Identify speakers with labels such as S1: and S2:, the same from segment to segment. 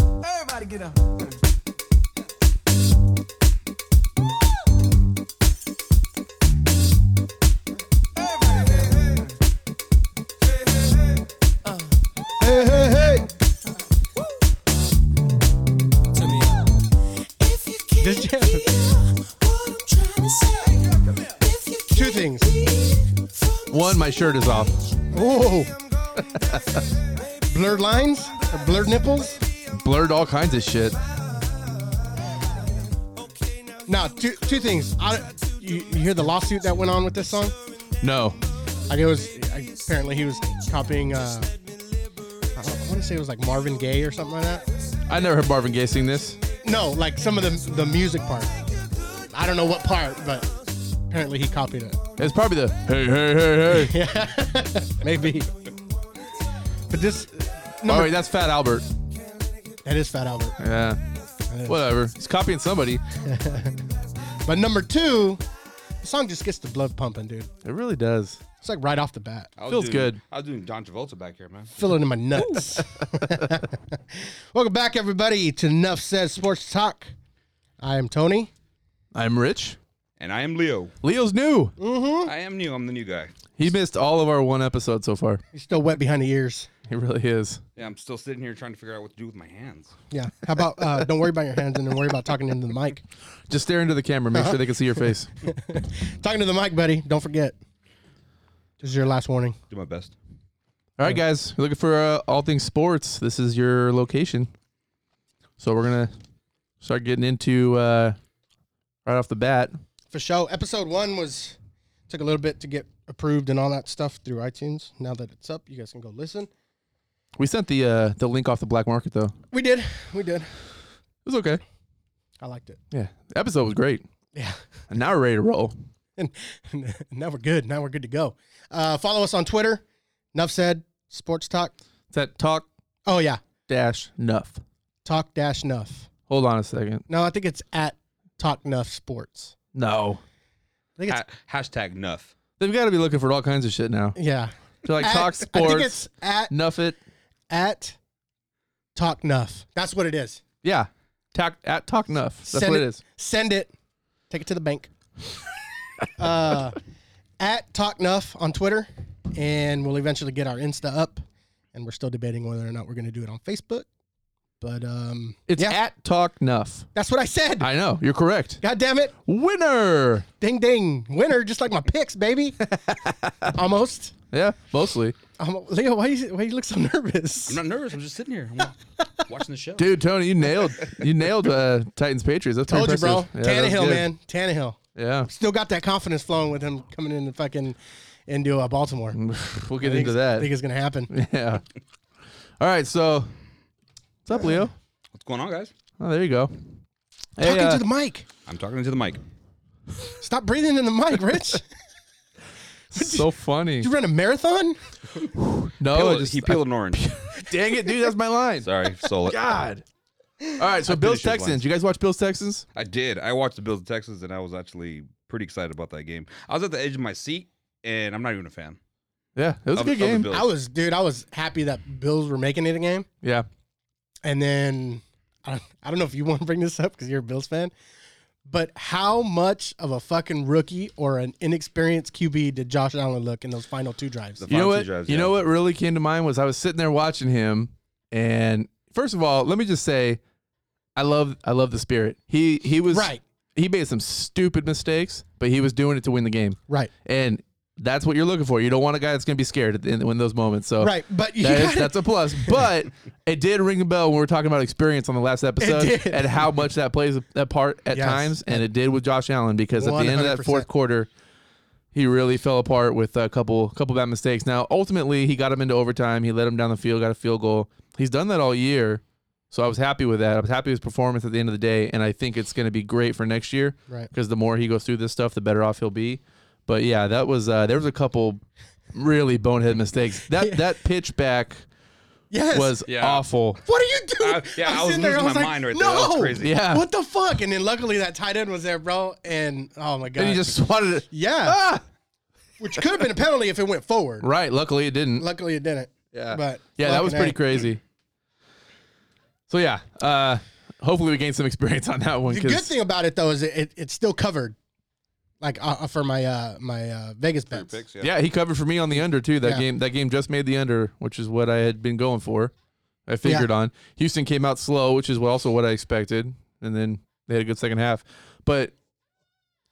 S1: Everybody get up.
S2: Hey, hey, hey.
S3: Just
S2: Two things.
S3: one, my shirt is off.
S2: Oh. blurred lines, blurred nipples.
S3: Blurred all kinds of shit.
S2: Now, two two things. I, you, you hear the lawsuit that went on with this song?
S3: No.
S2: Like it was apparently he was copying. Uh, I want to say it was like Marvin Gaye or something like that.
S3: I never heard Marvin Gaye sing this.
S2: No, like some of the the music part. I don't know what part, but apparently he copied it.
S3: It's probably the hey, hey, hey, hey.
S2: Maybe. But this
S3: oh,
S2: number
S3: wait, that's Fat Albert.
S2: that is Fat Albert.
S3: Yeah. Whatever. He's copying somebody.
S2: But number two, the song just gets the blood pumping, dude.
S3: It really does.
S2: It's like right off the bat.
S4: I was
S3: Feels
S4: doing-
S3: good.
S4: I was doing John Travolta back here, man.
S2: Fill it in my nuts. Welcome back, everybody, to Enough Said Sports Talk. I am Tony.
S3: I'm rich.
S4: And I am Leo.
S3: Leo's new.
S4: I am new. I'm the new guy.
S3: He missed all of our one episode so far.
S2: He's still wet behind the ears.
S3: He really is.
S4: Yeah, I'm still sitting here trying to figure out what to do with my hands.
S2: Yeah. How about uh, don't worry about your hands and then worry about talking into the mic.
S3: Just stare into the camera. Make sure they can see your face.
S2: Talking to the mic, buddy. Don't forget. This is your last warning.
S4: Do my best.
S3: All right, guys. We're looking for uh, all things sports. This is your location. So we're going to start getting into uh, right off the bat.
S2: For show, episode one was took a little bit to get approved and all that stuff through iTunes. Now that it's up, you guys can go listen.
S3: We sent the uh, the link off the black market, though. It
S2: We did. We did.
S3: was okay.
S2: I liked it.
S3: Yeah. The episode was great.
S2: Yeah.
S3: And now we're ready to roll.
S2: and now we're good. Now we're good to go. Uh, follow us on Twitter. Nuff said sports talk.
S3: It's at talk
S2: Oh yeah,
S3: dash nuff.
S2: talk dash nuff.
S3: Hold on a second.
S2: No, I think it's at talk nuff sports.
S3: No.
S2: I think it's
S4: Ha- hashtag Nuff.
S3: They've got to be looking for all kinds of shit now.
S2: yeah.
S3: They're like
S2: At-
S3: talk
S2: Uh, I
S3: sports,
S2: think it's at
S3: nuff it.
S2: at talk nuff. That's what it is.
S3: Yeah. Talk, at talk nuff. That's
S2: Send
S3: what
S2: it-
S3: it is.
S2: Send it. Take it to the bank. uh, at talk nuff on Twitter, and we'll eventually get our Insta up. And we're still debating whether or not we're going to do it on Facebook. But um,
S3: It's
S2: yeah,
S3: at talk nuff.
S2: that's what I said.
S3: I know. You're correct.
S2: God damn it.
S3: Winner.
S2: Ding ding. Winner, just like my picks, baby. Almost.
S3: Yeah, mostly.
S2: Um, Leo, why you why you look so
S4: I'm
S2: nervous?
S4: not nervous. I'm just sitting here. I'm watching the show.
S3: Dude, Tony, you nailed you nailed uh, Titans Patriots. That's
S2: Told you,
S3: pretty
S2: bro.
S3: impressive. Yeah, that was
S2: Tannehill,
S3: good.
S2: man. Tannehill. Still got that confidence flowing with him coming in and fucking into uh, Baltimore.
S3: Yeah. We'll get
S2: I think
S3: into
S2: it's- I
S3: that.
S2: think it's gonna happen.
S3: Yeah. All right, so what's up, Leo?
S4: What's going on, guys?
S3: Oh, there you go. Hey,
S2: Talking
S3: uh,
S2: to the mic.
S4: I'm talking into the mic.
S2: Stop breathing in the mic, Rich.
S3: so funny.
S2: you run a marathon?
S3: No,
S4: Peel
S3: I
S4: it-
S3: Oh, just,
S4: he peeled an orange.
S3: dang it, dude, that's my line.
S4: Sorry, stole it.
S3: God. All right, so Bills
S4: finished his line.
S3: Texans. You guys watch Bills Texans?
S4: I did. I watched the Bills of Texas, and I was actually pretty excited about that game. I was at the edge of my seat, and I'm not even a fan.
S3: Yeah, it was a
S4: Of-
S3: good
S4: of the
S3: game.
S4: Bills.
S2: I was dude, I was happy that Bills were making it a game.
S3: Yeah,
S2: And then I, I don't know if you want to bring this up because you're a Bills fan, but how much of a fucking rookie or an inexperienced QB did Josh Allen look in those final two drives?
S4: The
S3: you know
S4: final two
S3: what?
S4: drives,
S3: you
S4: yeah.
S3: know what really came to mind was I was sitting there watching him, and first of all, let me just say, I love I love the spirit. He he was
S2: Right,
S3: He made some stupid mistakes, but he was doing it to win the game,
S2: right,
S3: and that's what you're looking for. You don't want a guy that's going to be scared at the end, in those moments. So
S2: right. But you
S3: Oh. That is,
S2: gotta-
S3: that's a plus, but it did ring a bell when we were talking about experience on the last episode
S2: did.
S3: and how much that plays a part at
S2: Yes.
S3: times, and it did with Josh Allen because at the end of that
S2: 100%.
S3: fourth quarter, he really fell apart with a couple couple bad mistakes. Now, ultimately, he got him into overtime. He led him down the field, got a field goal. He's done that all year, so I was happy with that. I was happy with his performance at the end of the day, and I think it's going to be great for next year
S2: right.
S3: because the more he goes through this stuff, the better off he'll be. But yeah, that was uh, there was a couple really bonehead mistakes. That that pitch back
S2: Yes.
S3: was
S4: Yeah.
S3: awful.
S2: what are you doing?
S4: I- yeah, I was
S2: sitting
S4: losing my mind right there.
S2: No,
S4: That was crazy.
S3: Yeah.
S2: What the fuck? And then luckily that tight end was there, bro. And oh my god.
S3: And he just swatted it.
S2: yeah,
S3: Ah!
S2: which could have been a penalty if it went forward.
S3: Right. Luckily, it didn't.
S2: Luckily it didn't.
S3: Yeah.
S2: But
S3: yeah, that was pretty
S2: fucking A.
S3: crazy. So yeah, uh, hopefully we gain some experience on that one.
S2: The
S3: 'cause-
S2: good thing about it though is it, it it's still covered, like uh, uh, for my uh my uh Vegas
S4: For your
S2: bets.
S4: picks,
S3: yeah, he covered for me on the under too. That
S2: Yeah.
S3: game, that game just made the under, which is what I had been going for. I figured on Houston came out slow, which is what- also what I expected, and then they had a good second half. But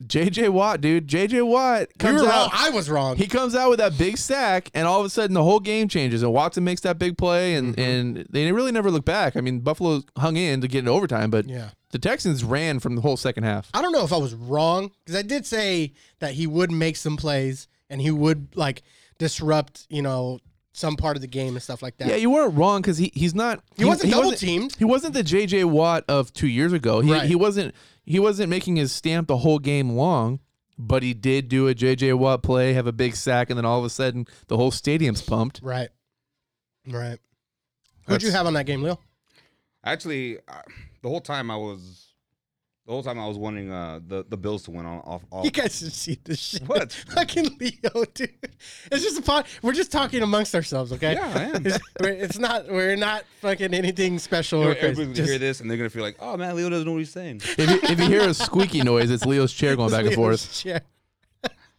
S3: J.J. Watt, dude, J.J. Watt
S2: We
S3: comes
S2: were wrong.
S3: out.
S2: I was wrong.
S3: He comes out with that big sack, and all of a sudden the whole game changes. And Watson makes that big play, and
S2: Mm-hmm.
S3: and they really never look back. I mean, Buffalo hung in to get an overtime, but
S2: yeah.
S3: the Texans ran from the whole second half.
S2: I don't know if I was wrong because I did say that he would make some plays and he would like disrupt, you know, some part of the game and stuff like that.
S3: Yeah, you weren't wrong because he, he's not.
S2: he, wasn't double
S3: wasn't-
S2: teamed.
S3: He wasn't the JJ Watt of two years ago. He
S2: Right.
S3: he wasn't he wasn't making his stamp the whole game long, but he did do a JJ Watt play, have a big sack, and then all of a sudden the whole stadium's pumped.
S2: Right. Right. Who'd you
S3: That's-
S2: have on that game, Lil?
S4: Actually, I, the whole time I was, the whole time I was wanting uh, the the Bills to win on off. off.
S2: You guys should see this shit.
S4: What?
S2: Fucking Leo, dude. It's just a pod. We're just talking amongst ourselves, okay?
S4: Yeah, I am.
S2: It's, we're- it's not. We're not fucking anything special. Or
S4: Everybody's
S2: crazy.
S4: gonna hear
S2: Just
S4: this and they're gonna feel like, oh man, Leo doesn't know what he's saying.
S3: If you, if you hear a squeaky noise, it's Leo's chair going back and forth.
S2: Yeah,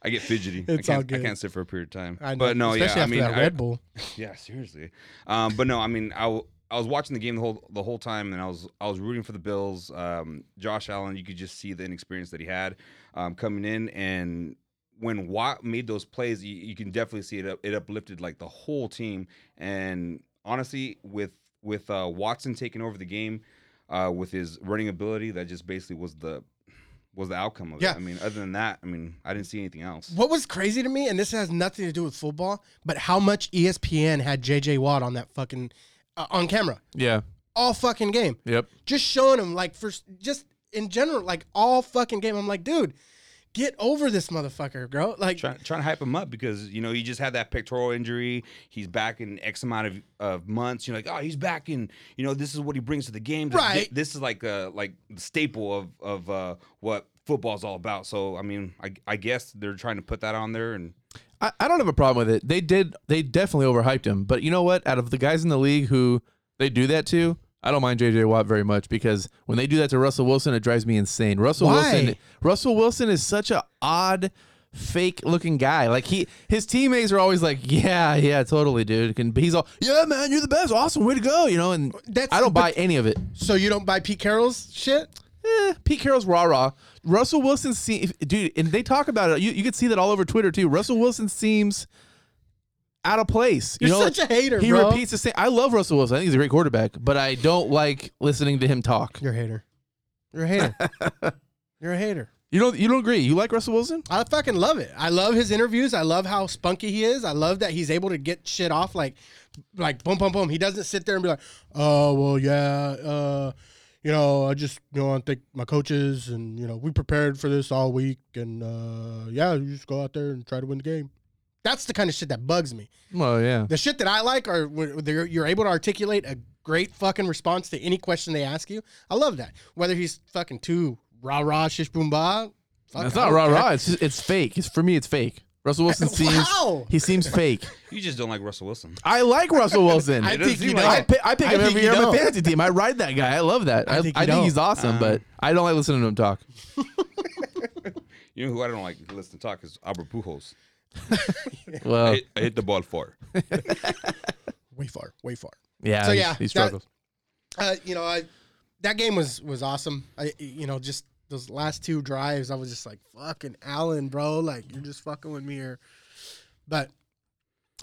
S4: I get fidgety.
S2: It's
S4: I
S2: all
S4: can't,
S2: good.
S4: I can't sit for a period of time.
S2: I know.
S4: But no,
S2: Especially
S4: yeah,
S2: after
S4: I mean,
S2: that
S4: I-
S2: Red Bull.
S4: Yeah, seriously. Um, but no, I mean, I, w- I was watching the game the whole the whole time, and I was I was rooting for the Bills. Um, Josh Allen, you could just see the inexperience that he had um, coming in, and when Watt made those plays, you, you can definitely see it up, it uplifted like the whole team. And honestly, with with uh, Watson taking over the game uh, with his running ability, that just basically was the was the outcome of
S2: Yeah.
S4: it. I mean, other than that, I mean, I didn't see anything else.
S2: What was crazy to me, and this has nothing to do with football, but how much E ESPN had JJ Watt on that fucking uh, on camera
S3: Yeah.
S2: all fucking game,
S3: Yep.
S2: just showing him like for just in general, like all fucking game. I'm like, dude, get over this motherfucker, bro. Like,
S4: trying trying to hype him up because you know he just had that pectoral injury. He's back in X amount of, of months. You're like, oh, he's back in. You know, this is what he brings to the game. This,
S2: Right.
S4: This is like uh like the staple of of uh, what football's all about. So I mean, I, I guess they're trying to put that on there and
S3: I, I don't have a problem with it. They did. They definitely overhyped him. But you know what? Out of the guys in the league who they do that to, I don't mind J.J. Watt very much because when they do that to Russell Wilson, it drives me insane. Russell
S2: Why?
S3: Wilson. Russell Wilson is such a odd, fake looking guy. Like he, his teammates are always like, "Yeah, yeah, totally, dude." And he's all, "Yeah, man, you're the best. Awesome, way to go." You know, and
S2: That's-
S3: I don't
S2: but-
S3: buy any of it.
S2: so you don't buy Pete Carroll's shit?
S3: Eh, Pete Carroll's rah rah. Russell Wilson, se- if- dude, and they talk about it. You you can see that all over Twitter too. Russell Wilson seems out of place. You
S2: You're
S3: know,
S2: such a hater,
S3: he
S2: bro.
S3: repeats the same. I love Russell Wilson. I think he's a great quarterback, but I don't like listening to him talk.
S2: You're a hater. You're a hater. You're a hater.
S3: You don't you don't agree? You like Russell Wilson?
S2: I fucking love it. I love his interviews. I love how spunky he is. I love that he's able to get shit off like, like boom, boom, boom. He doesn't sit there and be like, oh well, yeah, uh, you know, I just you know I think my coaches and you know we prepared for this all week and uh, yeah, you just go out there and try to win the game. That's the kind of shit that bugs me.
S3: Well, yeah.
S2: The shit that I like are where they're- you're able to articulate a great fucking response to any question they ask you. I love that. Whether he's fucking too rah rah shish boom bah. fuck,
S3: It's
S2: I
S3: not
S2: don't
S3: rah
S2: care.
S3: rah. It's just, it's fake. It's for me. It's fake. Russell Wilson seems
S2: Wow.
S3: he seems fake.
S4: you just don't like Russell Wilson.
S3: I like Russell Wilson.
S2: I
S3: I,
S4: doesn't
S2: think
S4: seem
S2: you
S4: like
S2: don't.
S4: it.
S3: pick, I pick
S2: I
S3: him
S2: think
S3: every
S2: you
S3: year on my
S2: don't.
S3: fantasy team. I ride that guy. I love that. I, I
S2: think
S3: think,
S2: you don't. Uh-huh.
S3: he's awesome, but I don't like listening to him talk.
S4: You know who I don't like to listen to talk is Albert Pujols.
S3: Well,
S4: I, hit, I hit the ball far.
S2: Way far, way far.
S3: Yeah.
S2: So,
S3: he's-
S2: yeah,
S3: he
S2: that-
S3: struggles.
S2: Uh, you know, I that game was was awesome. I you know just those last two drives, I was just like fucking Allen, bro. Like you're just fucking with me here. But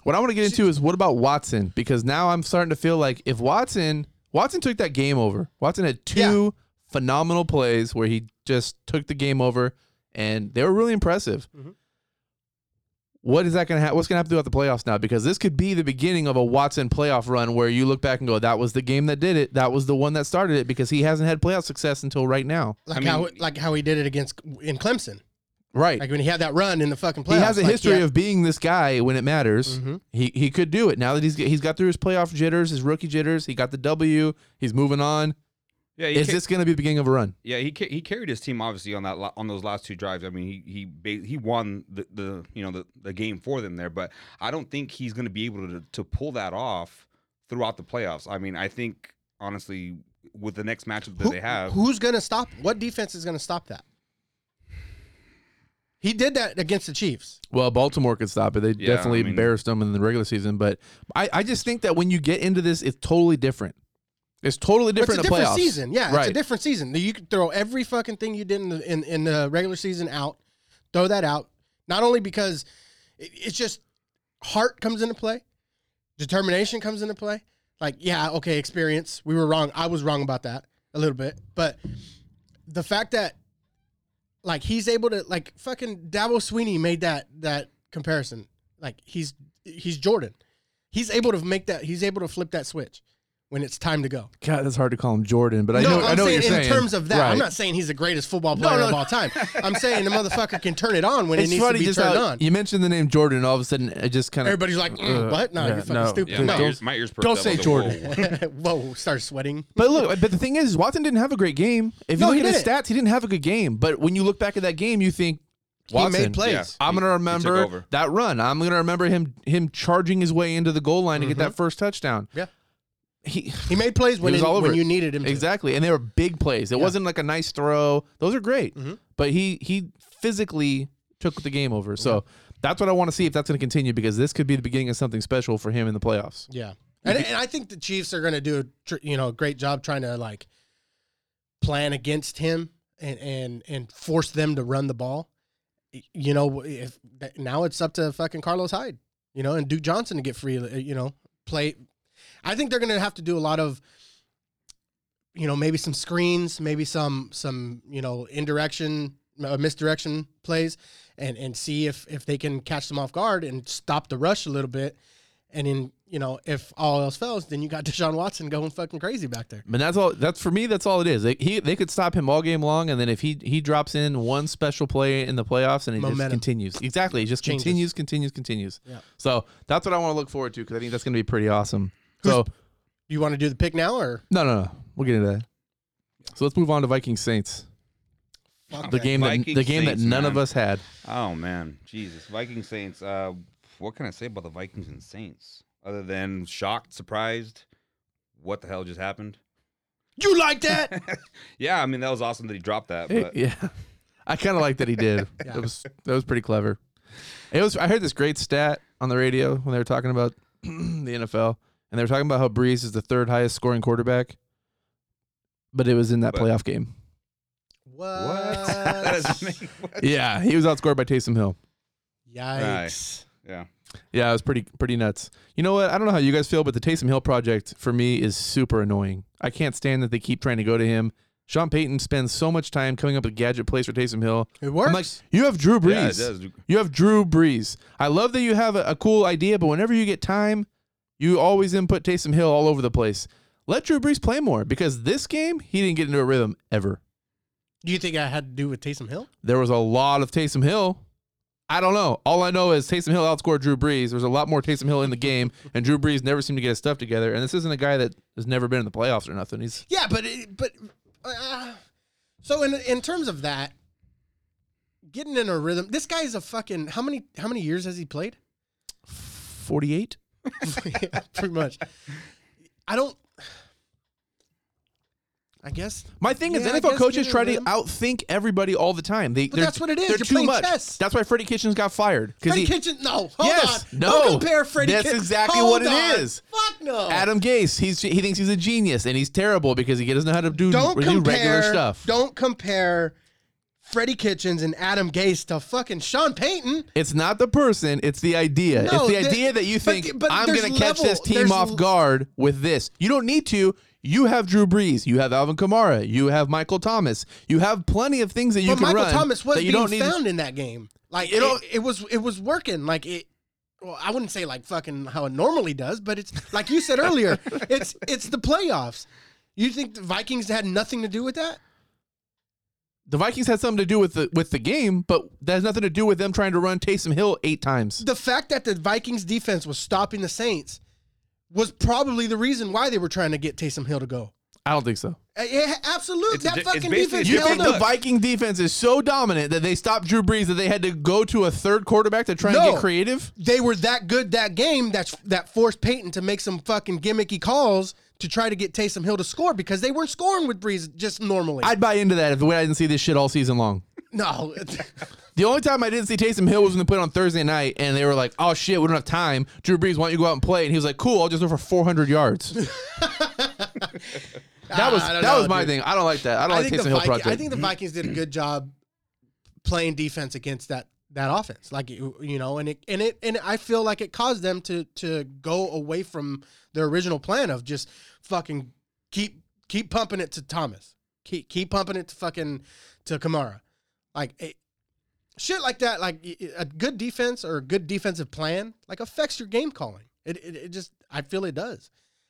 S3: what I want to get into is what about Watson? Because now I'm starting to feel like if Watson Watson took that game over. Watson had two phenomenal plays where he just took the game over, and they were really impressive.
S2: Mhm.
S3: What is that gonna happen? What's gonna happen throughout the playoffs now? Because this could be the beginning of a Watson playoff run where you look back and go, "That was the game that did it. That was the one that started it." Because he hasn't had playoff success until right now.
S2: like
S4: I mean-
S2: how like how he did it against in Clemson,
S3: Right.
S2: like when he had that run in the fucking playoffs.
S3: he has a
S2: like,
S3: history
S2: yeah.
S3: of being this guy when it matters.
S2: Mhm.
S3: He he could do it now that he's he's got through his playoff jitters, his rookie jitters. He got the W. He's moving on.
S4: Yeah,
S3: Is this going to be the beginning of a run?
S4: Yeah, he ca- he carried his team obviously on that la- on those last two drives. I mean, he he ba- he won the, the you know the, the game for them there, but I don't think he's going to be able to to pull that off throughout the playoffs. I mean, I think honestly, with the next matchup that
S2: Who-
S4: they have,
S2: Who's gonna stop? What defense is gonna stop that? He did that against the Chiefs.
S3: Well, Baltimore could stop it. They
S4: Yeah,
S3: definitely
S4: I mean-
S3: embarrassed them in the regular season, but I, I just think that when you get into this, it's totally different. It's totally
S2: But
S3: different.
S2: it's
S3: in
S2: a different
S3: playoffs.
S2: season. Yeah, it's a
S3: Right.
S2: different season. You could throw every fucking thing you did in the in, in the regular season out. Throw that out. Not only because it, it's just heart comes into play, determination comes into play. Like, yeah, okay, experience. We were wrong. I was wrong about that a little bit, but the fact that like he's able to like fucking Dabo Sweeney made that that comparison. Like he's he's Jordan. He's able to make that. He's able to flip that switch when it's time to go.
S3: God, that's hard to call him Jordan, but I know
S2: I'm
S3: I know what
S2: saying
S3: you're
S2: in
S3: saying.
S2: terms of that.
S3: Right.
S2: I'm not saying he's the greatest football player
S3: no,
S2: of
S3: no.
S2: all time. I'm saying the motherfucker can turn it on when
S3: It's
S2: it needs to
S3: funny
S2: be
S3: just
S2: turned
S3: how
S2: on.
S3: you mentioned the name Jordan, and all of a sudden it just kind of
S2: Everybody's like, mm,
S3: Ugh,
S2: "What? No,
S3: yeah,
S2: you're fucking
S3: no.
S2: stupid."
S4: yeah, my
S2: no.
S4: ears, my ears perked
S3: Don't
S4: up. I
S3: say
S4: was like, whoa,
S3: Jordan.
S4: whoa, whoa.
S2: Whoa, start sweating.
S3: But look, but the thing is, Watson didn't have a great game. If you
S2: No,
S3: look
S2: he
S3: at his
S2: didn't.
S3: stats, he didn't have a good game. But when you look back at that game, you think Watson
S2: he made plays.
S4: Yeah.
S3: I'm
S4: He-
S3: gonna
S4: he took
S3: remember
S4: over.
S3: that run. I'm gonna remember him him charging his way into the goal line to get that first touchdown.
S2: Yeah.
S3: He
S2: He made plays when,
S3: was
S2: it-
S3: all over
S2: when
S3: it.
S2: you needed him. to.
S3: exactly, and they were big plays. It wasn't like a nice throw. Those are great. But he he physically took the game over. So that's what I want to see if that's going to continue because this could be the beginning of something special for him in the playoffs.
S2: Yeah, and, and I think the Chiefs are going to do a tr- you know a great job trying to like plan against him and and and force them to run the ball. Y- You know, if now it's up to fucking Carlos Hyde, you know, and Duke Johnson to get free. uh, You know, play. I think they're going to have to do a lot of. You know, maybe some screens, maybe some some you know indirection, uh, misdirection plays, and and see if if they can catch them off guard and stop the rush a little bit, and then, you know, if all else fails, then you got Deshaun Watson going fucking crazy back there.
S3: But that's all. That's for me. That's all it is. They, he they could stop him all game long, and then if he he drops in one special play in the playoffs, and it just
S2: Momentum.
S3: continues. Exactly, it just
S2: Changes.
S3: continues, continues, continues.
S2: Yeah.
S3: So that's what I want to look forward to because I think that's going to be pretty awesome.
S2: Who's-
S3: so
S2: Do you want to do the pick now or
S3: no, no, no. We'll get into that. So let's move on to Viking Saints,
S2: fuck
S3: the
S2: that.
S3: game that
S4: Viking
S3: the game
S4: Saints,
S3: that none of
S4: man.
S3: us had.
S4: Oh man, Jesus, Viking Saints. Uh, what can I say about the Vikings and Saints other than shocked, surprised? What the hell just happened?
S2: You like that?
S4: yeah, I mean that was awesome that he dropped that.
S3: Hey,
S4: But
S3: yeah, I kind of like that he did.
S2: Yeah.
S3: That was that was pretty clever. It was. I heard this great stat on the radio when they were talking about the NFL, and they were talking about how Breeze is the third highest scoring quarterback, but it was in that
S4: But-
S3: playoff game.
S2: what?
S4: what? that is amazing.
S3: Yeah, he was outscored by Taysom Hill.
S2: Yikes.
S4: yeah.
S3: Yeah, it was pretty pretty nuts. You know what? I don't know how you guys feel, but the Taysom Hill project for me is super annoying. I can't stand that they keep trying to go to him. Sean Payton spends so much time coming up with gadget plays for Taysom Hill.
S2: It works.
S3: I'm like, you have Drew Brees.
S4: Yeah, it does.
S3: You have Drew Brees. I love that you have a, a cool idea, but whenever you get time, you always input Taysom Hill all over the place. Let Drew Brees play more because this game he didn't get into a rhythm ever.
S2: do you think I had to do with Taysom Hill?
S3: There was a lot of Taysom Hill. I don't know. All I know is Taysom Hill outscored Drew Brees. There's a lot more Taysom Hill in the game, and Drew Brees never seemed to get his stuff together. And this isn't a guy that has never been in the playoffs or nothing. He's
S2: Yeah, but it, but uh, so in in terms of that, getting in a rhythm. This guy is a fucking how many how many years has he played?
S3: 48.
S2: yeah, pretty much. I don't. I guess
S3: My thing is
S2: Yeah, I
S3: NFL
S2: guess
S3: coaches
S2: getting
S3: try
S2: in a
S3: to
S2: rhythm.
S3: outthink everybody all the time. They,
S2: But
S3: they're-
S2: that's what it is.
S3: They're
S2: You're
S3: too
S2: playing
S3: much.
S2: chess.
S3: That's why Freddie Kitchens got fired because
S2: Freddie
S3: he
S2: Kitchen. No, hold
S3: Yes,
S2: on.
S3: no.
S2: Don't compare Freddie.
S3: That's
S2: Kitchen-
S3: exactly
S2: Hold
S3: what it
S2: on.
S3: is.
S2: Fuck no.
S3: Adam Gase, he's he thinks he's a genius and he's terrible because he doesn't know how to do,
S2: don't
S3: do
S2: compare
S3: regular stuff.
S2: Don't compare Freddie Kitchens and Adam Gase to fucking Sean Payton.
S3: It's not the person, it's the idea.
S2: No,
S3: it's the
S2: the-
S3: idea that you
S2: but
S3: think
S2: the- but
S3: I'm
S2: there's
S3: going to catch
S2: level-
S3: this team
S2: there's
S3: off
S2: l-
S3: guard with this. You don't need to. You have Drew Brees, you have Alvin Kamara, you have Michael Thomas, you have plenty of things that you
S2: but
S3: can
S2: Michael
S3: run.
S2: Thomas was
S3: that you
S2: being
S3: don't need.
S2: found in that game. Like it,
S3: It'll-
S2: it, was it was working. Like it well, I wouldn't say like fucking how it normally does, but it's like you said earlier, it's it's the playoffs. You think the Vikings had nothing to do with that?
S3: the Vikings had something to do with the with the game, but that has nothing to do with them trying to run Taysom Hill eight times.
S2: The fact that the Vikings defense was stopping the Saints was probably the reason why they were trying to get Taysom Hill to go.
S3: I don't think so.
S2: Uh, Yeah, absolutely.
S4: It's a
S2: that
S4: di- it's
S2: fucking
S4: basically
S2: defense
S4: a
S3: You
S4: Yeah,
S2: held
S3: think
S2: up.
S3: the Viking defense is so dominant that they stopped Drew Brees that they had to go to a third quarterback to try and
S2: No.
S3: get creative?
S2: they were that good that game that's that forced Peyton to make some fucking gimmicky calls to try to get Taysom Hill to score because they weren't scoring with Breeze just normally.
S3: I'd buy into that if the way I didn't see this shit all season long.
S2: no,
S3: The only time I didn't see Taysom Hill was when they put it on Thursday night, and they were like, "Oh shit, we don't have time." Drew Brees, why don't you go out and play? And he was like, "Cool, I'll just go for 400 yards." that was
S2: I
S3: that
S2: don't know,
S3: was my
S2: dude.
S3: thing. I don't like that. I don't
S2: I
S3: like
S2: think,
S3: Taysom
S2: the
S3: Hill
S2: Viking-
S3: project. Mm-hmm.
S2: I think the Vikings did a good job playing defense against that that offense. Like you you know, and it and it and I feel like it caused them to to go away from their original plan of just fucking keep keep pumping it to Thomas. Keep keep pumping it to fucking to Kamara. Like it, shit like that like y- y- a good defense or a good defensive plan like affects your game calling. It it, it just I feel it does.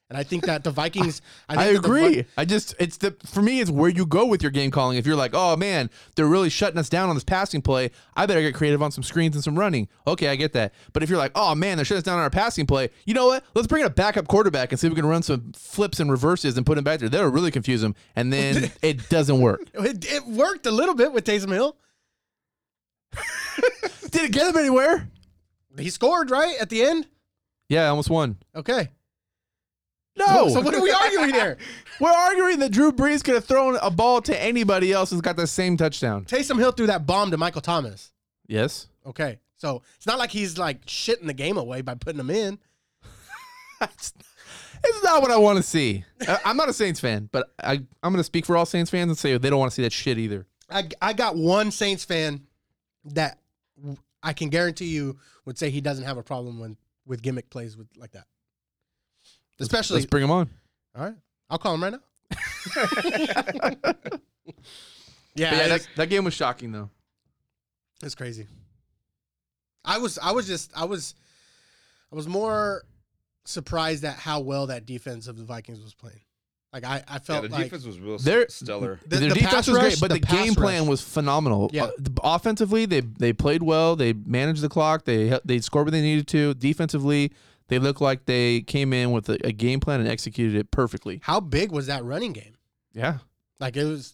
S2: And I think that the Vikings
S3: I
S2: think that the Vi-
S3: agree. I just it's the for me it's where you go with your game calling. If you're like, oh man, they're really shutting us down on this passing play, I better get creative on some screens and some running. Okay, I get that. But if you're like, oh man, they're shutting us down on our passing play, you know what? Let's bring in a backup quarterback and see if we can run some flips and reverses and put him back there. That'll really confuse him, and then it doesn't work.
S2: It, it worked a little bit with Taysom Hill.
S3: Did it get him anywhere?
S2: He scored right at the end.
S3: Yeah, I almost won.
S2: Okay.
S3: No.
S2: So what are we arguing here?
S3: We're arguing that Drew Brees could have thrown a ball to anybody else who's got the same touchdown.
S2: Taysom Hill threw that bomb to Michael Thomas.
S3: Yes.
S2: Okay. So it's not like he's like shitting the game away by putting him in.
S3: That's- it's not what I want to see. I, I'm not a Saints fan, but I, I'm going to speak for all Saints fans and say they don't want to see that shit either.
S2: I I got one Saints fan that w- I can guarantee you would say he doesn't have a problem when with gimmick plays with like that. Especially
S3: Let's bring them on.
S2: all right. I'll call him right now. yeah,
S3: But yeah,
S2: it's-
S3: that, that game was shocking though.
S2: It's crazy. I was I was just I was I was more surprised at how well that defense of the Vikings was playing. Like I, I
S4: Yeah,
S2: felt
S4: the
S2: like
S4: defense was real
S3: They're-
S4: stellar.
S2: The-
S3: Their
S2: the
S3: defense
S2: pass
S3: was great,
S2: rush-
S3: but
S2: the
S3: the,
S2: pass
S3: game plan
S2: rush.
S3: was phenomenal.
S2: Yeah.
S3: Uh, offensively, they they played well. They managed the clock. They they scored what they needed to. Defensively, they looked like they came in with a, a game plan and executed it perfectly.
S2: how big was that running game?
S3: Yeah.
S2: Like it was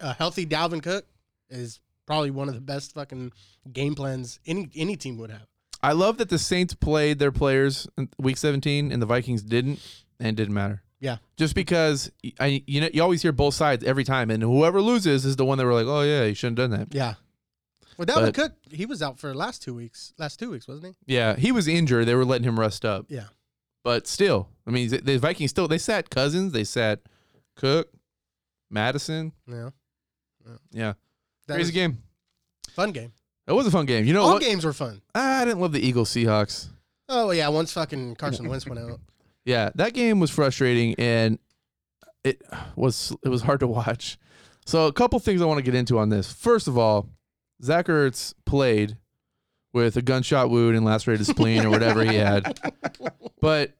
S2: a healthy Dalvin Cook is probably one of the best fucking game plans any any team would have.
S3: I love that the Saints played their players in week 17 and the Vikings didn't, and it didn't matter.
S2: Yeah.
S3: Just because y- I, you know, you always hear both sides every time, and whoever loses is the one that we're like, oh yeah, you shouldn't have done that.
S2: Yeah. Well, Dalvin
S3: But-
S2: Cook, he was out for the last two weeks. Last two weeks, wasn't he?
S3: Yeah, he was injured. They were letting him rest up.
S2: Yeah.
S3: But still, I mean, the- the Vikings still they sat Cousins, they sat Cook, Madison.
S2: Yeah.
S3: Yeah,
S2: That
S3: crazy
S2: was
S3: game.
S2: a fun game.
S3: That was a fun game. You know
S2: All
S3: what?
S2: games were fun.
S3: I didn't love the Eagles Seahawks.
S2: Oh yeah, once fucking Carson Wentz went out.
S3: Yeah, that game was frustrating and it was it was hard to watch. So a couple things I want to get into on this. First of all, Zach Ertz played with a gunshot wound and lacerated spleen or whatever he had. But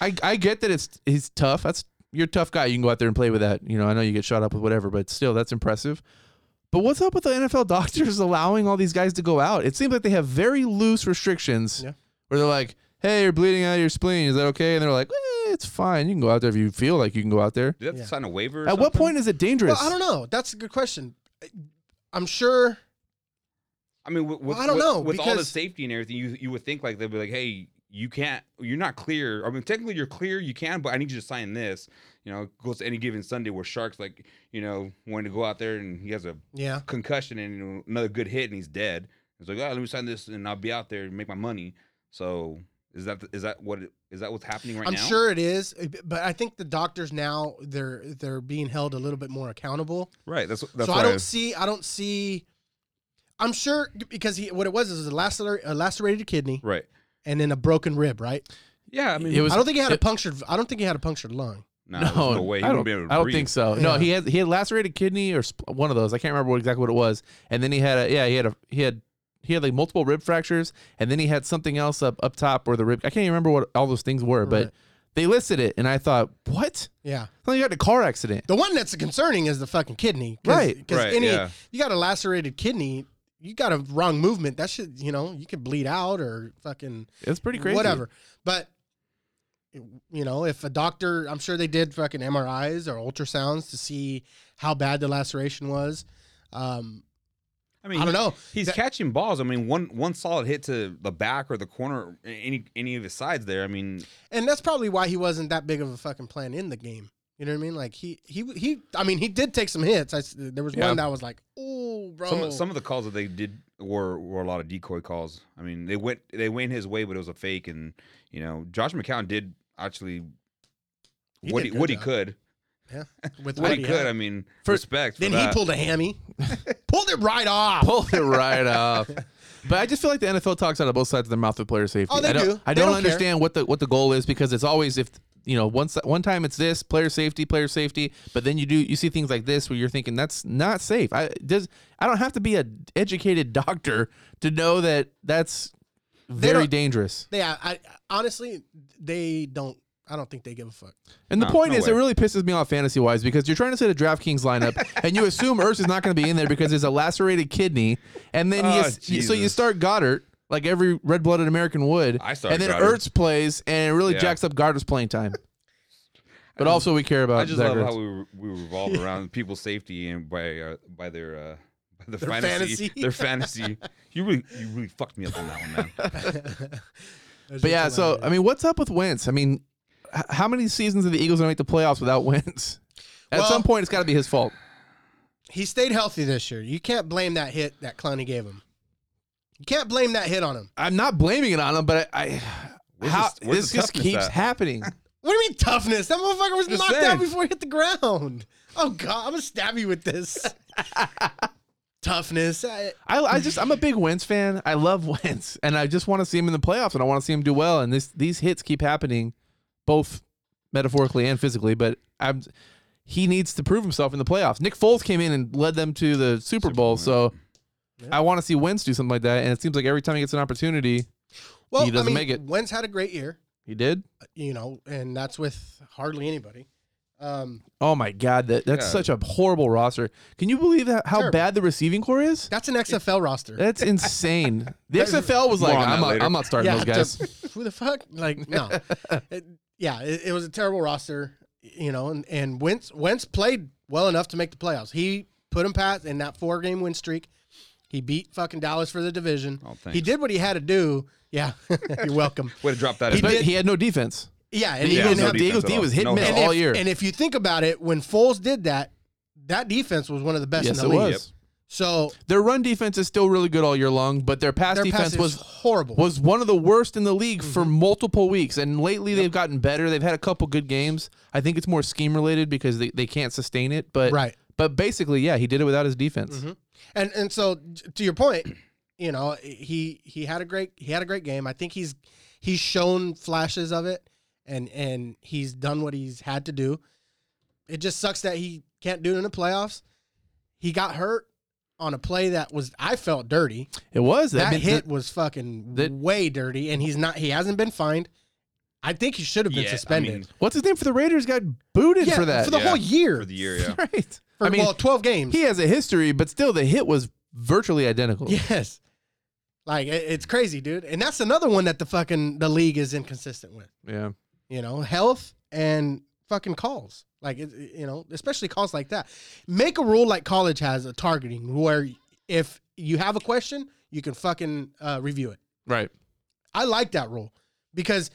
S3: I I get that it's he's tough. That's you're a tough guy. You can go out there and play with that. You know, I know you get shot up with whatever, but still that's impressive. But what's up with the NFL doctors allowing all these guys to go out? It seems like they have very loose restrictions
S2: Yeah.
S3: where they're like, "Hey, you're bleeding out of your spleen. Is that okay?" And they're like, eh, "It's fine. You can go out there if you feel like you can go out there."
S4: Did they have
S2: Yeah.
S4: to sign a waiver? or
S3: At what
S4: something?
S3: point is it dangerous?
S2: Well, I don't know. That's a good question. I'm sure.
S4: I mean, with, with,
S2: I don't
S4: with-
S2: know,
S4: With all the
S2: because-
S4: safety and everything, you you would think like they'd be like, "Hey, you can't. You're not clear. I mean, technically you're clear. You can, but I need you to sign this. You know, it goes to any given Sunday where sharks like you know wanting to go out there and he has a
S2: Yeah.
S4: concussion and you know, another good hit and he's dead. It's like, oh, let me sign this and I'll be out there and make my money. So is that is that what it- is that what's happening right
S2: I'm
S4: now?
S2: sure it is, eh, but I think the doctors now they're they're being held a little bit more accountable.
S4: Right. That's that's
S2: so
S4: why
S2: I don't see I don't see I'm sure because he what it was is a, lacer, a lacerated kidney
S4: right.
S2: and then a broken rib, right?
S4: Yeah. I mean,
S3: It was-
S2: I don't think he had a
S3: it-
S2: punctured I don't think he had a punctured lung.
S4: no, there's no way. He
S3: I
S4: wouldn't
S3: don't,
S4: be able to
S3: I don't
S4: breathe.
S3: think so. No, he had he had lacerated kidney or sp- one of those. I can't remember what, exactly what it was. And then he had a yeah, he had a he had he had like multiple rib fractures, and then he had something else up up top where the rib. I can't even remember what all those things were,
S2: Right.
S3: but they listed it, and I thought, what?
S2: Yeah.
S3: Well, you got in a car accident.
S2: The one that's concerning is the fucking kidney. 'cause-
S3: Right.
S2: 'cause
S4: Right,
S2: any
S4: yeah.
S2: you got a lacerated kidney, you got a wrong movement, that should, you know, you could bleed out or fucking
S3: It's pretty crazy.
S2: Whatever. But you know, if a doctor, I'm sure they did fucking MRIs or ultrasounds to see how bad the laceration was. Um,
S4: I mean,
S2: I don't
S4: he-
S2: know.
S4: He's
S2: That-
S4: catching balls. I mean, one one solid hit to the back or the corner, a- any any of his sides there. I mean,
S2: And that's probably why he wasn't that big of a fucking plan in the game. You know what I mean? Like he he he. I mean, he did take some hits. I s there was
S3: Yeah.
S2: one that was like, "Oh, bro."
S4: some some of the calls that they did were were a lot of decoy calls. I mean, they went they went his way, but it was a fake. And you know, Josh McCown did actually
S2: He
S4: what
S2: did
S4: he,
S2: a good
S4: what he
S2: job.
S4: could,
S2: with what
S4: what he
S2: he
S4: could.
S2: had.
S4: I mean,
S3: For-
S4: respect. for
S2: Then
S4: that.
S2: he pulled a hammy, pulled it right off.
S3: Pulled it right off. But I just feel like the NFL talks out of both sides of their mouth with player safety.
S2: Oh, they
S3: I don't,
S2: do.
S3: I
S2: They
S3: don't,
S2: don't care.
S3: understand what the what the goal is because it's always if you know once one time it's this player safety, player safety, but then you do you see things like this where you're thinking that's not safe. I does I don't have to be a educated doctor to know that that's very
S2: don't-
S3: dangerous.
S2: Yeah, I honestly they don't. I don't think they give a fuck.
S3: And the
S4: No,
S3: point
S4: no
S3: is, it
S4: way.
S3: really pisses me off fantasy wise because you're trying to set a DraftKings lineup and you assume Ertz is not going to be in there because it's a lacerated kidney, and then
S4: Oh,
S3: you, s- you- so you
S4: Jesus.
S3: start Goddard like every red-blooded American would,
S4: I started
S3: and then
S4: Goddard.
S3: Ertz plays and it really
S4: Yeah.
S3: jacks up Goddard's playing time. But also, we care about
S4: I just
S3: Zach
S4: love
S3: Ertz.
S4: how we, re- we revolve around people's safety and by uh, by their uh, by their, fantasy,
S2: fantasy.
S4: their fantasy. You really you really fucked me up on that one, man.
S3: But yeah, so I mean, what's up with Wentz? I mean, h- how many seasons are the Eagles going to make the playoffs without Wentz? At
S2: Well-
S3: some point, it's got to be his fault.
S2: he stayed healthy this year. You can't blame that hit that Clowney gave him. You can't blame that hit on him.
S3: I'm not blaming it on him, but I, I
S4: Where's
S3: how,
S4: his- where's
S3: this
S4: his
S3: just
S4: toughness
S3: keeps
S4: at?
S3: happening.
S2: What do you mean toughness? That motherfucker was
S4: Just
S2: knocked
S4: saying.
S2: out before he hit the ground. Oh god, I'm gonna stab you with this. toughness. I,
S3: I, I just I'm a big Wentz fan. I love Wentz, and I just want to see him in the playoffs, and I want to see him do well. And this these hits keep happening, both metaphorically and physically. But I'm he needs to prove himself in the playoffs. Nick Foles came in and led them to the Super, Bowl,
S4: Bowl,
S3: so
S2: Yeah.
S3: I want to see Wentz do something like that. And it seems like every time he gets an opportunity,
S2: well,
S3: He doesn't
S2: I mean,
S3: make it.
S2: Wentz had a great year,
S3: he did.
S2: you know, and that's with hardly anybody. Um,
S3: Oh my God, that that's
S4: Yeah.
S3: such a horrible roster. Can you believe that how
S2: Terrible.
S3: bad the receiving core is?
S2: that's an XFL roster.
S3: That's insane. The XFL was
S4: More
S3: like,
S4: on that
S3: I'm not,
S4: later.
S3: I'm not starting those guys.
S2: to- who the fuck? Like, no. It- yeah, it, it was a terrible roster, you know, and, and Wentz, Wentz played well enough to make the playoffs. He put him past in that four game win streak. He beat fucking Dallas for the division.
S4: Oh,
S2: he
S4: thanks.
S2: did what he had to do. Yeah, you're welcome.
S4: Way to drop that.
S3: But
S4: in.
S2: did-
S3: he had no defense.
S2: Yeah, and
S3: the
S2: he
S4: Yeah,
S3: Eagles,
S2: didn't
S4: no
S2: have
S3: the Eagles
S4: defense at
S3: D
S4: all.
S3: was hitting
S4: No
S3: men
S4: help.
S2: if,
S3: all year.
S2: And if you think about it, when Foles did that, that defense was one of the best
S3: yes,
S2: in
S3: it
S2: the league.
S3: was.
S2: So
S3: Their run defense is still really good all year long, but their pass
S2: their
S3: defense
S2: pass Mm-hmm. was
S3: was
S2: horrible.
S3: was one of the worst in the league for multiple weeks. And lately, they've gotten better. They've had a couple good games. I think it's more scheme related because they, they can't sustain it. But
S2: right.
S3: but basically, yeah, he did it without his defense.
S2: Mhm. And and so t- to your point, you know, he he had a great he had a great game. I think he's he's shown flashes of it and and he's done what he's had to do. It just sucks that he can't do it in the playoffs. He got hurt on a play that was I felt dirty.
S3: It was
S2: That
S3: I mean,
S2: hit was fucking
S3: that-
S2: way dirty and he's not he hasn't been fined. I think he should have been
S4: Yeah, I
S2: suspended.
S4: mean,
S3: What's his name for the Raiders? Got booted
S2: yeah,
S3: for that.
S2: the
S4: Yeah,
S2: whole year.
S4: for the year, yeah.
S3: right.
S2: For,
S3: I mean,
S2: well, 12 games.
S3: he has a history, but still, the hit was virtually identical.
S2: Yes. Like it, it's crazy, dude. And that's another one that the fucking the league is inconsistent with.
S3: yeah.
S2: You know, health and fucking calls. Like it, it- you know, especially calls like that. Make a rule like college has a targeting where if you have a question, you can fucking uh, review it.
S3: Right.
S2: I like that rule because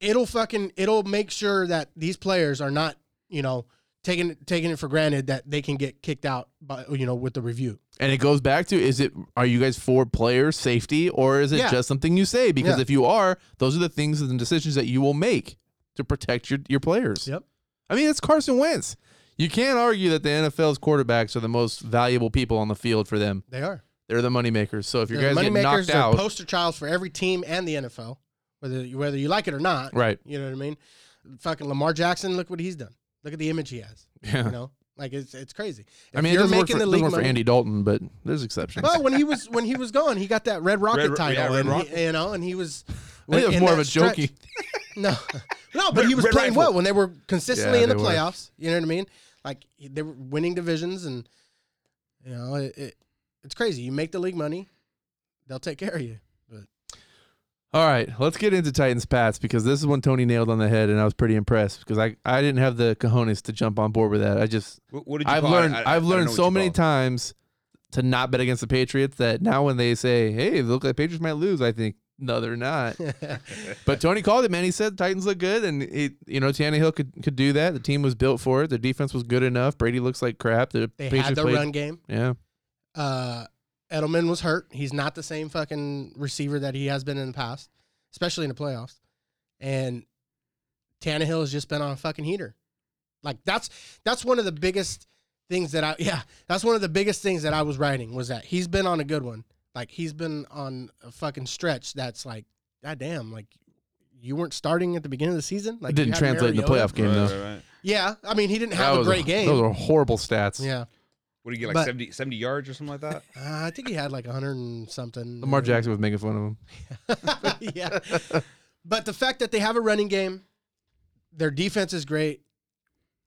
S2: it'll fucking it'll make sure that these players are not you know taking taking it for granted that they can get kicked out by you know with the review.
S3: And it goes back to is it are you guys for player safety or is it
S2: Yeah.
S3: just something you say? Because
S2: Yeah.
S3: if you are, those are the things and decisions that you will make to protect your, your players.
S2: Yep.
S3: I mean, it's Carson Wentz. You can't argue that the NFL's quarterbacks are the most valuable people on the field for them.
S2: They are.
S3: They're the moneymakers. So if your guys
S2: money
S3: get knocked
S2: makers,
S3: out,
S2: They're poster childs for every team and the NFL, whether whether you like it or not.
S3: right?
S2: You know what I mean? Fucking Lamar Jackson, look what he's done. Look at the image he has.
S3: Yeah.
S2: You know, like it's it's crazy.
S3: Uh-huh. I
S2: If
S3: mean, it
S2: you're
S3: doesn't work,
S2: making
S3: for,
S2: the
S3: doesn't
S2: league
S3: work for
S2: money-
S3: Andy Dalton, but there's exceptions.
S2: Well, when he was when he was gone, he got that Red Rocket
S4: Red-
S2: title,
S4: yeah, Red
S2: and he-
S4: Rocket.
S2: you know, and he was.
S3: I think it was
S2: in
S3: more of
S2: that
S3: a
S2: stretch-
S3: jokey.
S2: No, no, but he was
S4: Red
S2: playing
S4: Rifle.
S2: well when they were consistently
S3: Yeah,
S2: in the
S3: they were.
S2: playoffs. You know what I mean? Like they were winning divisions, and you know, it, it it's crazy. You make the league money, they'll take care of you.
S3: All right, let's get into Titans Pats because this is one Tony nailed on the head, and I was pretty impressed because I, I didn't have the cojones to jump on board with that. I just
S4: What, what did you
S3: I've
S4: call it?
S3: learned
S4: I- I- I
S3: I've
S4: don't know
S3: learned
S4: what
S3: so
S4: you
S3: many
S4: call it.
S3: times to not bet against the Patriots that now when they say, hey, they look like the Patriots might lose, I think, no, they're not. but Tony called it, man. He said the Titans look good, and he, you know Tannehill could, could do that. The team was built for it. The defense was good enough. Brady looks like crap. The
S2: They
S3: Patriots
S2: had their
S3: played-
S2: run game.
S3: Yeah,
S2: Uh, Edelman was hurt. He's not the same fucking receiver that he has been in the past, especially in the playoffs. And Tannehill has just been on a fucking heater. Like that's that's one of the biggest things that I yeah that's one of the biggest things that I was writing was that he's been on a good one. Like he's been on a fucking stretch that's like goddamn like you weren't starting at the beginning of the season. Like
S3: it
S2: you
S3: didn't
S2: had
S3: translate in the
S2: Mariota.
S3: playoff game
S4: right,
S3: though.
S4: right, right.
S2: Yeah, I mean he didn't
S3: That
S2: have a
S3: was
S2: great game.
S3: Those are horrible stats.
S2: yeah,
S4: What do you get, like
S2: But-
S4: 70, 70 yards or something like that?
S2: uh, I think he had like hundred and something.
S3: Lamar Jackson was making fun of him.
S2: yeah. But the fact that they have a running game, their defense is great.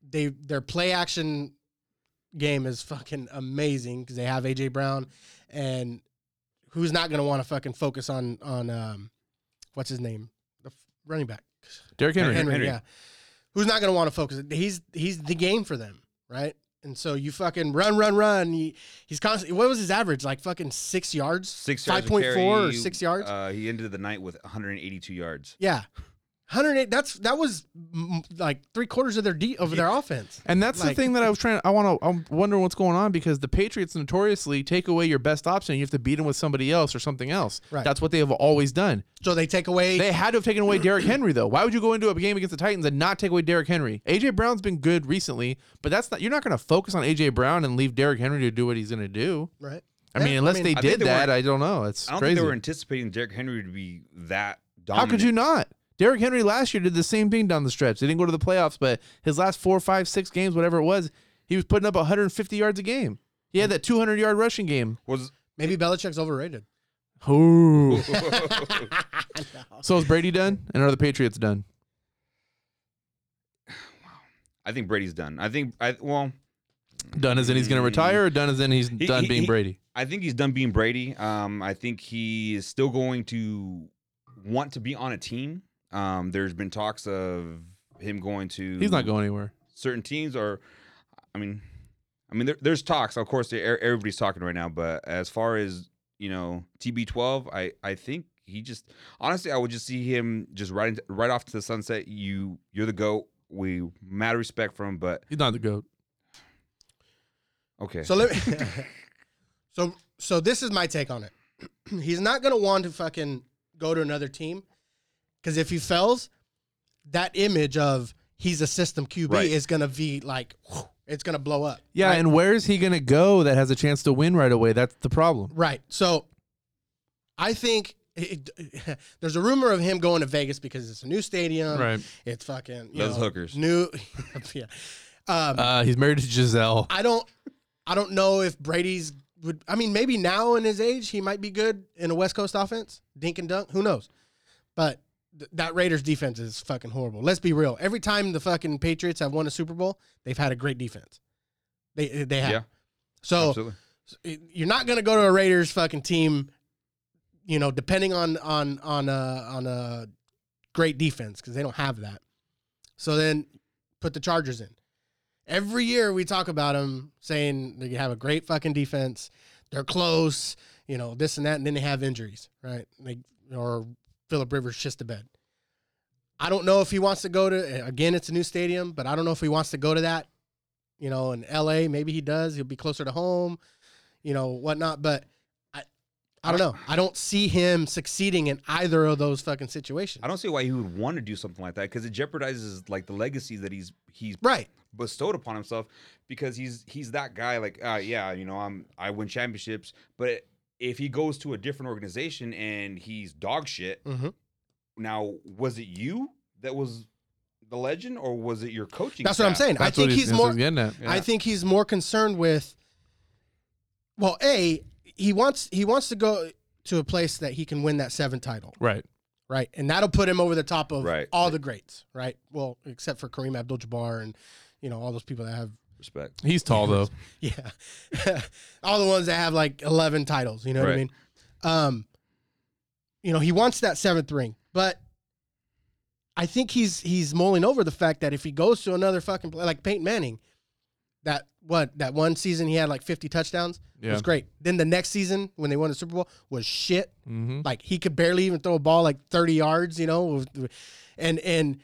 S2: They their play action game is fucking amazing because they have AJ Brown and who's not gonna want to fucking focus on on um what's his name the f- running back
S3: Derrick Henry.
S2: Henry,
S4: Henry.
S2: yeah. Who's not going to want to focus? He's he's the game for them, right? And so you fucking run, run, run. He, he's constantly. What was his average? Like fucking six yards,
S4: Six yards.
S2: five
S4: a
S2: point four or
S4: carry.
S2: six yards.
S4: Uh, he ended the night with 182 yards.
S2: yeah, hundred eight. That's that was mm, like three quarters of their de- of their offense.
S3: And that's
S2: Like-
S3: the thing that
S4: uh,
S3: I was trying. I want to. I'm wondering what's going on because the Patriots notoriously take away your best option. You have to beat them with somebody else or something else.
S2: Right.
S3: That's what they have always done.
S2: So they take away.
S3: They had to have taken away Derrick Henry though. Why would you go into a game against the Titans and not take away Derrick Henry? AJ Brown's been good recently, but that's not. You're not going to focus on AJ Brown and leave Derrick Henry to do what he's going to do.
S2: right.
S3: I
S2: Yeah,
S3: mean, unless they
S4: I think
S3: did
S4: they
S3: that,
S4: were-
S3: I don't know. It's
S4: I don't
S3: crazy.
S4: think they were anticipating Derrick Henry to be that
S3: How
S4: dominant.
S3: could you not? Derrick Henry last year did the same thing down the stretch. They didn't go to the playoffs, but his last four, five, six games, whatever it was, he was putting up 150 yards a game. He had that 200 yard rushing game.
S4: Was
S2: Maybe Belichick's overrated.
S3: Ooh.
S4: wow.
S3: so is Brady done? And are the Patriots done?
S4: I think Brady's done. I think I well,
S3: Done as in he's going to retire, or done as in he's done
S4: he-
S3: being
S4: he-
S3: Brady?
S4: I think he's done being Brady. Um, I think he is still going to want to be on a team. Um, there's been talks of him going to.
S3: He's not going anywhere.
S4: certain teams or i mean i mean there, there's talks of course there- everybody's talking right now but as far as you know tb12 i i think he just honestly i would just see him just right into, right off to the sunset you you're the goat we mad respect for him but
S3: He's not the GOAT.
S4: okay
S2: So let me. so so this is my take on it. He's not gonna want to fucking go to another team because if he fails, that image of he's a system QB
S4: Right.
S2: is gonna be like whew, it's gonna blow up.
S3: Yeah,
S2: Right?
S3: and where is he going to go that has a chance to win right away? That's the problem.
S2: right. So I think. It, there's a rumor of him going to Vegas because it's a new stadium. It's fucking you
S4: Those
S2: know,
S4: hookers.
S2: New, yeah. Um,
S3: Uh, he's married to Giselle.
S2: I don't I don't know if Brady's would I mean maybe now in his age he might be good in a West Coast offense, dink and dunk, who knows. But th- that Raiders defense is fucking horrible. Let's be real. Every time the fucking Patriots have won a Super Bowl, they've had a great defense. They they have.
S4: Yeah.
S2: So
S4: absolutely
S2: you're not going to go to a Raiders fucking team, you know, depending on on on a on a great defense because they don't have that. So then, put the Chargers in. Every year we talk about them saying they have a great fucking defense, they're close, you know, this and that, and then they have injuries, right? They or Philip Rivers shits the bed. I don't know if he wants to go to again. It's a new stadium, but I don't know if he wants to go to that. You know, in L.A., maybe he does. He'll be closer to home you know, whatnot. But I, I don't know. I don't see him succeeding in either of those fucking situations.
S4: i don't see why he would want to do something like that because it jeopardizes like the legacy that he's he's
S2: Right.
S4: bestowed upon himself because he's he's that guy like uh, yeah you know I'm I win championships but if he goes to a different organization and he's dog shit
S2: Mm-hmm.
S4: now was it you that was the legend or was it your coaching
S2: That's what I'm
S4: staff?
S2: saying. I
S3: That's
S2: think
S3: what
S2: he's, more.
S3: getting at.
S2: I think he's more concerned with. Well, a he wants he wants to go to a place that he can win that seven title,
S3: Right.
S2: right? And that'll put him over the top of
S4: Right.
S2: all the greats, right? Well, except for Kareem Abdul-Jabbar and you know all those people that have
S4: respect
S3: He's tall, though.
S2: Yeah. All the ones that have like 11 titles, you know what I
S4: Right.
S2: mean? Um you know, he wants that 7th ring, but I think he's he's mulling over the fact that if he goes to another fucking play, like Peyton Manning, that what that one season he had like 50 touchdowns. It
S3: Yeah.
S2: was great. Then the next season when they won the Super Bowl was shit.
S3: Mm-hmm.
S2: Like he could barely even throw a ball like 30 yards, you know. And and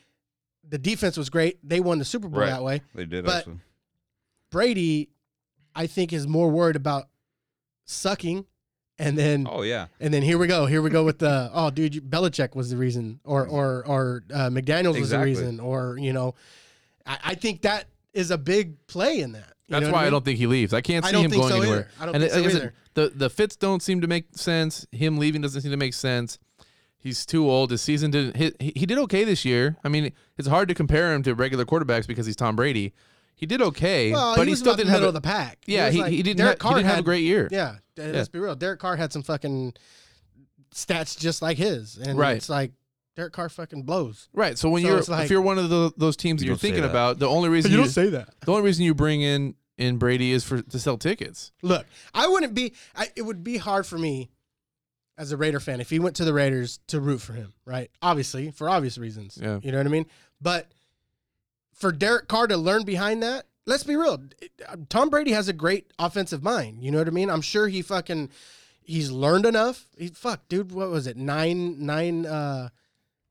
S2: the defense was great. They won the Super Bowl
S4: Right.
S2: that way.
S4: They did
S2: But-
S4: actually.
S2: Brady I think is more worried about sucking and then
S4: Oh yeah.
S2: and then here we go. Here we go with the oh, dude, you- Belichick was the reason, or or or uh, McDaniel's was the
S4: Exactly.
S2: reason, or you know, I, I think that is a big play in that. You
S3: That's why
S2: know what
S3: I
S2: mean?
S3: don't think he leaves. I can't
S2: I
S3: see
S2: don't
S3: him
S2: think
S3: going
S2: so either.
S3: anywhere.
S2: I don't
S3: and
S2: think
S3: it-
S2: so
S3: like I
S2: either.
S3: said, the the fits don't seem to make sense. Him leaving doesn't seem to make sense. He's too old. His season didn't. He, he he did okay this year. I mean, it's hard to compare him to regular quarterbacks because he's Tom Brady. He did okay,
S2: Well,
S3: but
S2: he,
S3: he,
S2: was
S3: still
S2: about the
S3: didn't
S2: middle
S3: have.
S2: of the pack.
S3: yeah,
S2: was
S3: he,
S2: like-
S3: he didn't.
S2: Derek
S3: Ha- he didn't have a
S2: had-
S3: great year.
S2: Yeah, d- let's be real. Derek Carr had some fucking stats just like his, and
S3: Right.
S2: it's like Derek Carr fucking blows.
S3: Right. So when
S2: So
S3: you're
S2: it's like-
S3: if you're one of tho- those teams that
S4: You
S3: you're
S4: don't say
S3: thinking
S4: that.
S3: about, the only reason
S2: say that.
S3: the only reason you bring in in Brady is for to sell tickets.
S2: Look, I wouldn't be. I, it would be hard for me as a Raider fan if he went to the Raiders to root for him, right? Obviously, for obvious reasons.
S3: Yeah.
S2: You know what I mean? But for Derek Carr to learn behind that, let's be real. it- uh, Tom Brady has a great offensive mind. You know what I mean? I'm sure he fucking he's learned enough. He fuck, dude, what was it? 9 9 uh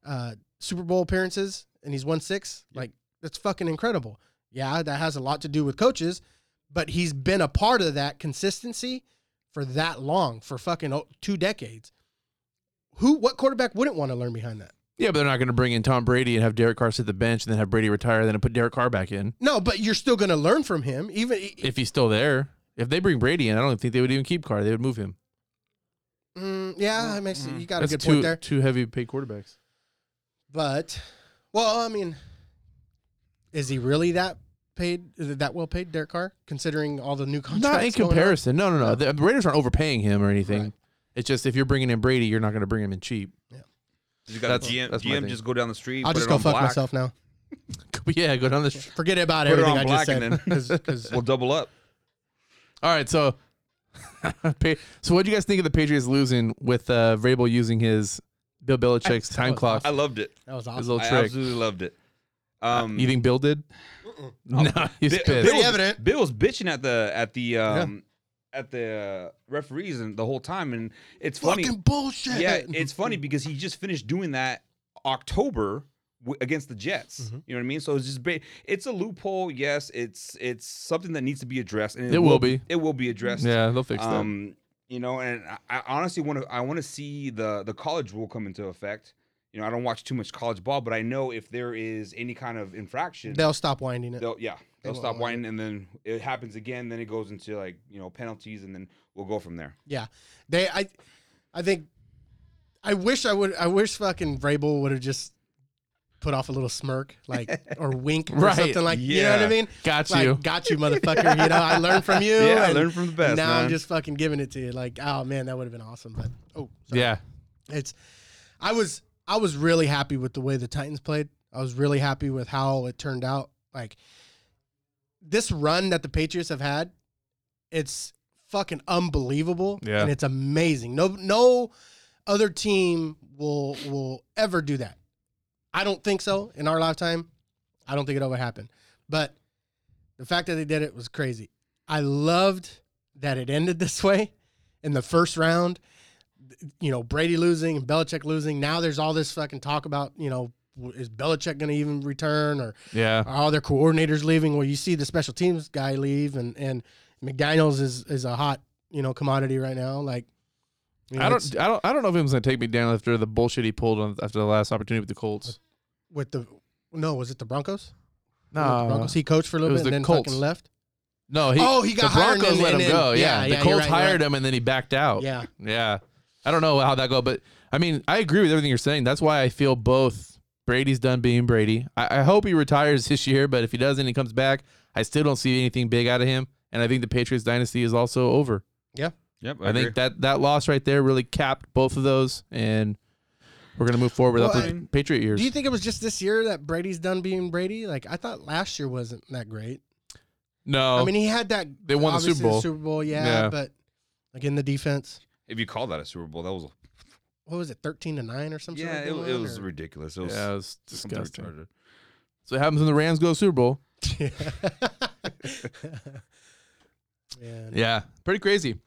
S2: uh Super Bowl appearances and he's won 6. Like that's fucking incredible. Yeah, that has a lot to do with coaches, but he's been a part of that consistency for that long, for fucking oh, two decades. Who, what quarterback wouldn't want to learn behind that?
S3: Yeah, but they're not going to bring in Tom Brady and have Derek Carr sit the bench and then have Brady retire, then put Derek Carr back in.
S2: No, but you're still going to learn from him. Even e,
S3: if he's still there. If they bring Brady in, I don't think they would even keep Carr. They would move him.
S2: Mm, yeah, I mean, so
S4: Mm-hmm.
S2: you got a
S3: That's
S2: good
S3: two
S2: point there.
S3: two heavy paid quarterbacks.
S2: But, well, I mean, is he really that paid? Is it that well paid, Derek Carr? Considering all the new contracts.
S3: Not in
S2: going on?
S3: comparison. No, no, no.
S2: No.
S3: The the Raiders aren't overpaying him or anything.
S2: Right.
S3: It's just if you're bringing in Brady, you're not going to bring him in cheap.
S4: You got
S3: That's-
S4: GM.
S3: that's my
S4: GM
S3: thing.
S4: just go down the street.
S2: I'll
S4: put
S2: just
S4: it
S2: go
S4: on
S2: fuck
S4: black.
S2: myself now.
S3: yeah, go down the. Str-
S2: Forget about
S4: Put it
S2: everything
S4: on
S2: I just
S4: black
S2: said.
S4: and then-
S2: Because
S4: We'll double up.
S3: All right, so. Pa- so what do you guys think of the Patriots losing with uh, Vrabel using his Bill Belichick's time clock?
S4: I loved it.
S2: that was
S3: his
S2: awesome.
S3: little
S4: I
S3: trick.
S4: absolutely loved it. Um,
S2: Uh,
S3: you think Bill did? No, he's
S4: Bill,
S3: pissed.
S4: Bill was,
S2: Pretty evident.
S4: Bill was bitching at the at the um, at the uh, referees and the whole time, and it's funny.
S2: Fucking bullshit.
S4: yeah, it's funny because he just finished doing that October w- against the Jets.
S3: Mm-hmm.
S4: You know what I mean? So it's just ba- it's a loophole. Yes, it's it's something that needs to be addressed, and
S3: It will be.
S4: It will be addressed.
S3: yeah, they'll fix that.
S4: Um, you know, and I, I honestly want to I want to see the the college rule come into effect. You know, I don't watch too much college ball, but I know if there is any kind of infraction,
S2: They'll stop winding it.
S4: they'll yeah they'll
S2: won't
S4: stop
S2: allow it.
S4: whining, and then it happens again. Then it goes into like you know penalties, and then we'll go from there.
S2: Yeah, they. I, I think, I wish I would. I wish fucking Vrabel would have just put off a little smirk, like or wink or
S3: Right.
S2: something like. You know what I
S4: Yeah.
S2: mean?
S3: Got
S2: Like,
S3: you.
S2: got you, motherfucker. You know, I learned from you.
S4: Yeah, I
S2: and
S4: learned from the best.
S2: Now I'm
S4: man.
S2: just fucking giving it to you. Like, oh man, that would have been awesome. But oh, sorry.
S3: yeah,
S2: it's. I was I was really happy with the way the Titans played. I was really happy with how it turned out. Like this run that the Patriots have had, it's fucking unbelievable.
S3: Yeah.
S2: And it's amazing. No no other team will will ever do that. I don't think so in our lifetime. I don't think it ever happened. But the fact that they did it was crazy. I loved that it ended this way in the first round. You know, Brady losing and Belichick losing. Now there's all this fucking talk about, you know, w- is Belichick going to even return or
S3: yeah.
S2: are all their coordinators leaving? Well, you see the special teams guy leave and, and McDaniels is, is a hot, you know, commodity right now. Like, you know,
S3: I
S2: it's
S3: don't, I don't, I don't know if he was gonna take me down after the bullshit he pulled on after the last opportunity with the Colts.
S2: with the, no, was it the Broncos? the
S3: No,
S2: Broncos. He coached for a little
S3: it was
S2: bit and
S3: the
S2: then
S3: Colts.
S2: fucking left.
S3: no, he.
S2: oh, he got
S3: the
S2: hired and
S3: Broncos
S2: then-
S3: let
S2: and
S3: him
S2: then-
S3: go.
S2: yeah,
S3: Yeah,
S2: yeah,
S3: the
S2: you're
S3: Colts
S2: right, you're
S3: hired him and then he backed out.
S2: Yeah.
S3: yeah. I don't know how that go, but I mean, I agree with everything you're saying. That's why I feel both. Brady's done being Brady. I, I hope he retires this year, but if he doesn't, and he comes back. I still don't see anything big out of him, and I think the Patriots dynasty is also over.
S4: yep.
S3: I, think that that loss right there really capped both of those, and we're gonna move forward
S2: Well,
S3: without
S2: I
S3: the
S4: mean,
S3: Patriot years.
S2: Do you think it was just this year that Brady's done being Brady? Like I thought last year wasn't that great.
S3: no,
S2: I mean, he had that.
S3: Oh. They won the Super
S2: obviously
S3: Bowl.
S2: Super Bowl, yeah,
S3: Yeah.
S2: but like in the defense,
S4: if you call that a Super Bowl, that was a
S2: what was it, thirteen to nine or something?
S4: yeah, it, it was ridiculous. It was
S3: yeah, it was
S4: something
S3: disgusting.
S4: retarded.
S3: So it happens when the Rams go to Super Bowl.
S2: Man.
S3: Yeah, pretty crazy.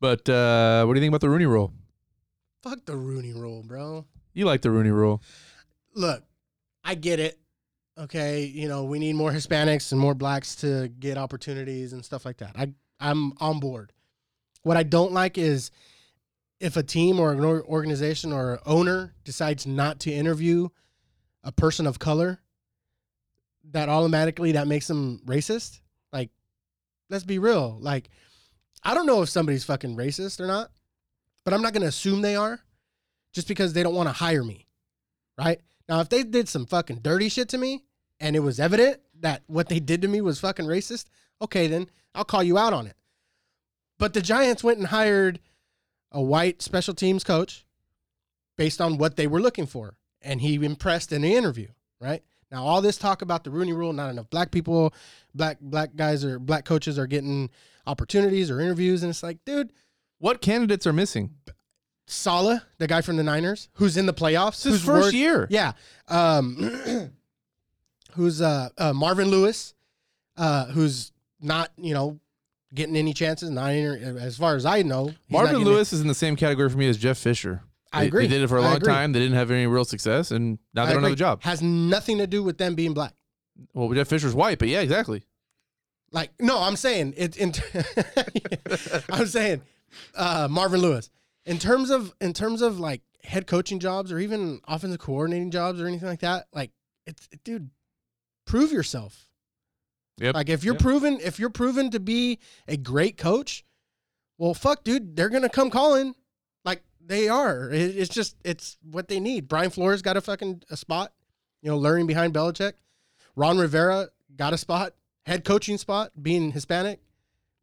S3: But uh, what do you think about the Rooney Rule?
S2: Fuck the Rooney Rule, bro.
S3: You like the Rooney Rule?
S2: Look, I get it. Okay, you know we need more Hispanics and more blacks to get opportunities and stuff like that. I I'm on board. What I don't like is if a team or an or- organization or owner decides not to interview a person of color, that automatically that makes them racist. Like, let's be real. Like, I don't know if somebody's fucking racist or not, but I'm not gonna assume they are just because they don't want to hire me. Right? Now, if they did some fucking dirty shit to me and it was evident that what they did to me was fucking racist, okay, then I'll call you out on it. But the Giants went and hired a white special teams coach based on what they were looking for. And he impressed in the interview, right? Now, all this talk about the Rooney rule, not enough black people, black black guys or black coaches are getting opportunities or interviews. And it's like, dude,
S3: What candidates are missing?
S2: Sala, the guy from the Niners, who's in the playoffs.
S3: It's his
S2: who's
S3: first
S2: worth-
S3: year.
S2: Yeah. Um, who's uh, uh, Marvin Lewis, uh, who's not, you know, getting any chances. Not inter- as far as I know. he's not
S3: Marvin
S2: getting-
S3: Lewis is in the same category for me as Jeff Fisher.
S2: I
S3: They-
S2: agree.
S3: They did it for a
S2: I
S3: long
S2: agree.
S3: time. They didn't have any real success, and now
S2: I
S3: they don't have
S2: agree.
S3: a job.
S2: Has nothing to do with them being black.
S3: Well, Jeff Fisher's white, but yeah, exactly.
S2: Like, no, I'm saying it. In I'm saying uh, Marvin Lewis. In terms of in terms of like head coaching jobs or even offensive coordinating jobs or anything like that, like it's dude, prove yourself.
S3: Yep.
S2: Like if you're
S4: Yep.
S2: proven if you're proven to be a great coach, well, fuck, dude, they're gonna come calling. Like they are. It, it's just it's what they need. Brian Flores got a fucking a spot, you know, learning behind Belichick. Ron Rivera got a spot, head coaching spot, being Hispanic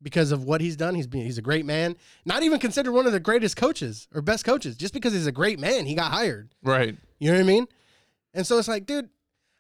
S2: because of what he's done. He's been, he's a great man. Not even considered one of the greatest coaches or best coaches, just because he's a great man, he got hired.
S3: Right.
S2: You know what I mean? And so it's like, dude,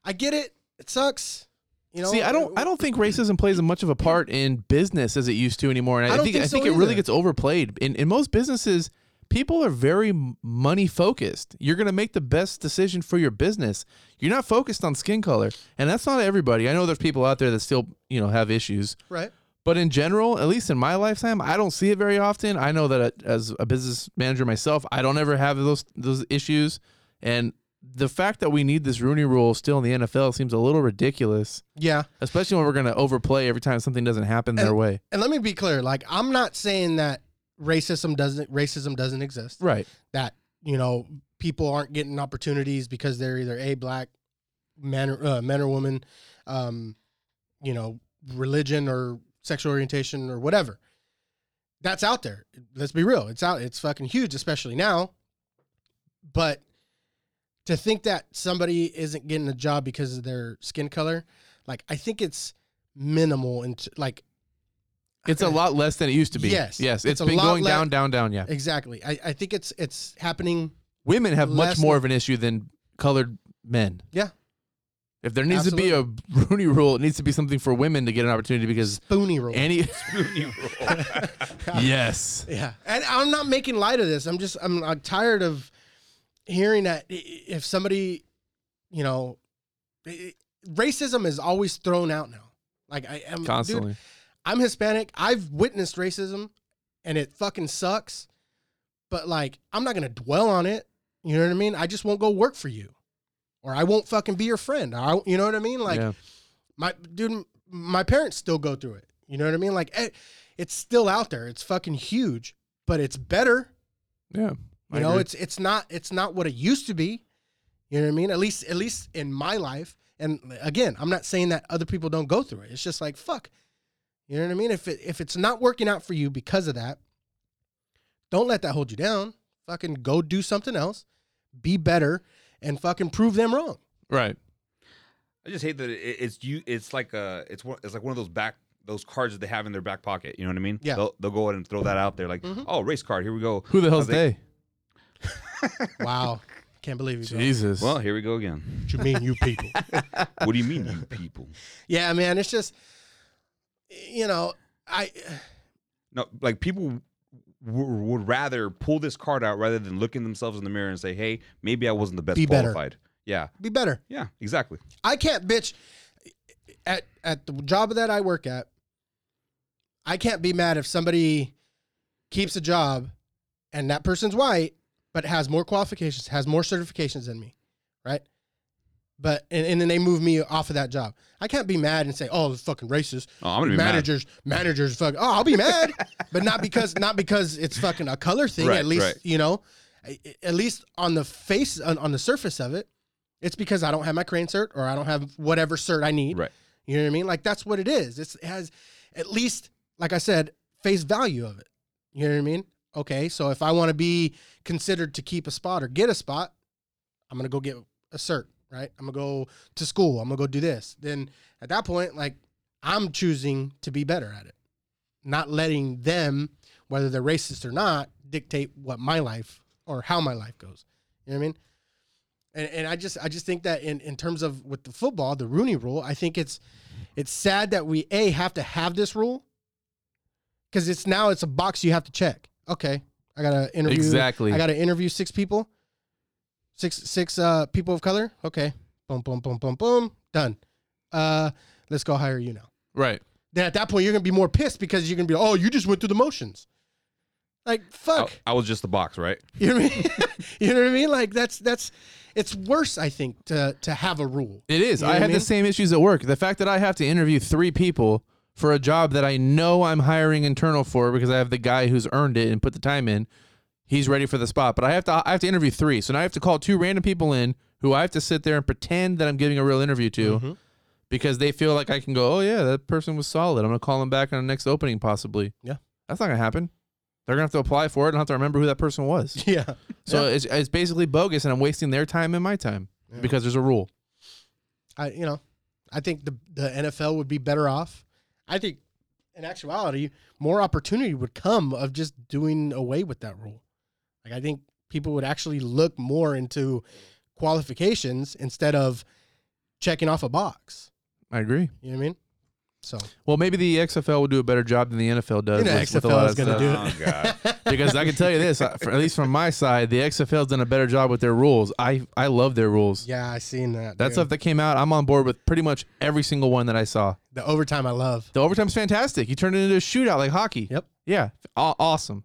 S2: I get it. It sucks. You know,
S3: See, I don't, I don't think racism plays as much of a part in business as it used to anymore. And I,
S2: I don't
S3: think,
S2: think
S3: I
S2: so
S3: think it really
S2: either.
S3: gets overplayed. In in most businesses, people are very money focused. You're going to make the best decision for your business. You're not focused on skin color, and that's not everybody. I know there's people out there that still, you know, have issues.
S2: right.
S3: But in general, at least in my lifetime, I don't see it very often. I know that uh, as a business manager myself, I don't ever have those those issues. And the fact that we need this Rooney Rule still in the NFL seems a little ridiculous,
S2: Yeah.
S3: especially when we're going to overplay every time something doesn't happen their
S2: And-
S3: way.
S2: And let me be clear, like I'm not saying that racism doesn't racism doesn't exist.
S3: Right.
S2: That, you know, people aren't getting opportunities because they're either a black man or uh, men or woman um, you know, religion or sexual orientation or whatever. That's out there. Let's be real. It's out. It's fucking huge, especially now. But to think that somebody isn't getting a job because of their skin color, like I think it's minimal and like
S3: It's a lot less than it used to be.
S2: Yes.
S3: Yes.
S2: It's
S3: It's
S2: a
S3: been
S2: lot
S3: going
S2: le-
S3: down, down, down. Yeah.
S2: Exactly. I, I think it's it's happening.
S3: Women have much
S2: less-
S3: more of an issue than colored men.
S2: Yeah.
S3: If there needs to be a Rooney Rule, it needs to be something for women to get an opportunity because
S2: Spoony roll.
S3: any. yes.
S2: yeah. And I'm not making light of this. I'm just I'm, I'm tired of hearing that i- i- if somebody, you know, i- i- racism is always thrown out now. Like I am
S3: Constantly.
S2: I'm Hispanic. I've witnessed racism and it fucking sucks. But like, I'm not going to dwell on it. You know what I mean? I just won't go work for you or I won't fucking be your friend. I, you know what I mean? Like,
S3: Yeah.
S2: my dude, m- my parents still go through it. You know what I mean? Like, eh, it's still out there. It's fucking huge, but it's better.
S3: Yeah. I
S2: You know,
S3: agree.
S2: it's it's not it's not what it used to be. You know what I mean? At least at least in my life. And again, I'm not saying that other people don't go through it. It's just like fuck. You know what I mean? If it if it's not working out for you because of that, don't let that hold you down. Fucking go do something else. Be better and fucking prove them wrong.
S3: right.
S4: I just hate that it, it's you. It's like a it's one it's like one of those back those cards that they have in their back pocket. You know what I mean?
S2: Yeah.
S4: They'll, they'll go ahead and throw that out there, like,
S2: Mhm.
S4: oh, race card. Here we go.
S3: Who the hell's
S4: hell's
S3: they?
S2: Wow. Can't believe you. bro.
S3: Jesus.
S4: Well, here we go again.
S2: What you mean you people?
S4: What do you mean, you people?
S2: Yeah, man, it's just you know, I
S4: No, like people w- would rather pull this card out rather than looking themselves in the mirror and say, hey, maybe I wasn't the best
S2: Be better.
S4: qualified. Yeah.
S2: be better.
S4: Yeah. Exactly.
S2: I can't bitch at at the job that I work at, I can't be mad if somebody keeps a job and that person's white but has more qualifications, has more certifications than me, right? But and, and then they move me off of that job. I can't be mad and say, "Oh, it's fucking racist."
S4: Oh, I'm gonna be mad.
S2: managers, managers, fuck. Oh, I'll be mad, but not because not because it's fucking a color thing.
S4: Right,
S2: at least
S4: right.
S2: you know, I- I- at least on the face on, on the surface of it, it's because I don't have my crane cert or I don't have whatever cert I need.
S4: Right.
S2: You know what I mean? Like that's what it is. It's, it has at least, like I said, face value of it. You know what I mean? Okay, so if I want to be considered to keep a spot or get a spot, I'm gonna go get a cert, right? I'm gonna go to school. I'm gonna go do this. Then at that point, like I'm choosing to be better at it, not letting them, whether they're racist or not, dictate what my life or how my life goes. You know what I mean? And, and I just I just think that in, in terms of with the football, the Rooney Rule, I think it's it's sad that we a have to have this rule because it's now it's a box you have to check. Okay, I gotta interview
S3: Exactly.
S2: I gotta interview six people, six six uh people of color. Okay, boom boom boom boom boom done. Uh, let's go hire you now
S3: right.
S2: then at that point you're gonna be more pissed because you're gonna be oh you just went through the motions like
S4: I,
S2: fuck
S4: I was just the box, right?
S2: you know what I mean you know what I mean like that's that's it's worse I think to to have a rule
S3: It is.
S2: You know
S3: I
S2: what I
S3: had
S2: mean?
S3: the same issues at work. The fact that I have to interview three people for a job that I know I'm hiring internal for because I have the guy who's earned it and put the time in. He's ready for the spot, but I have to I have to interview three. So now I have to call two random people in who I have to sit there and pretend that I'm giving a real interview to
S2: Mm-hmm.
S3: because they feel like I can go, oh yeah, that person was solid. I'm gonna call them back on the next opening possibly.
S2: Yeah.
S3: that's not gonna happen. They're gonna have to apply for it and have to remember who that person was.
S2: yeah
S3: So it's it's basically bogus, and I'm wasting their time and my time
S2: Yeah.
S3: because there's a rule.
S2: I you know I think the the NFL would be better off I think in actuality more opportunity would come of just doing away with that rule like I think people would actually look more into qualifications instead of checking off a box
S3: I agree.
S2: you know what I mean so
S3: Well, maybe the XFL will do a better job than the NFL does.
S2: You know
S3: with- with a
S2: XFL
S3: lot
S2: is
S3: of
S2: gonna
S3: stuff.
S2: do it.
S4: Oh god.
S3: because I can tell you this, I- for, at least from my side, the XFL's done a better job with their rules. I I love their rules.
S2: yeah I seen that
S3: That
S2: dude.
S3: stuff that came out, I'm on board with pretty much every single one that I saw.
S2: The overtime I love.
S3: The overtime's fantastic. You turn it into a shootout like hockey.
S2: Yep.
S3: Yeah. Aw- awesome.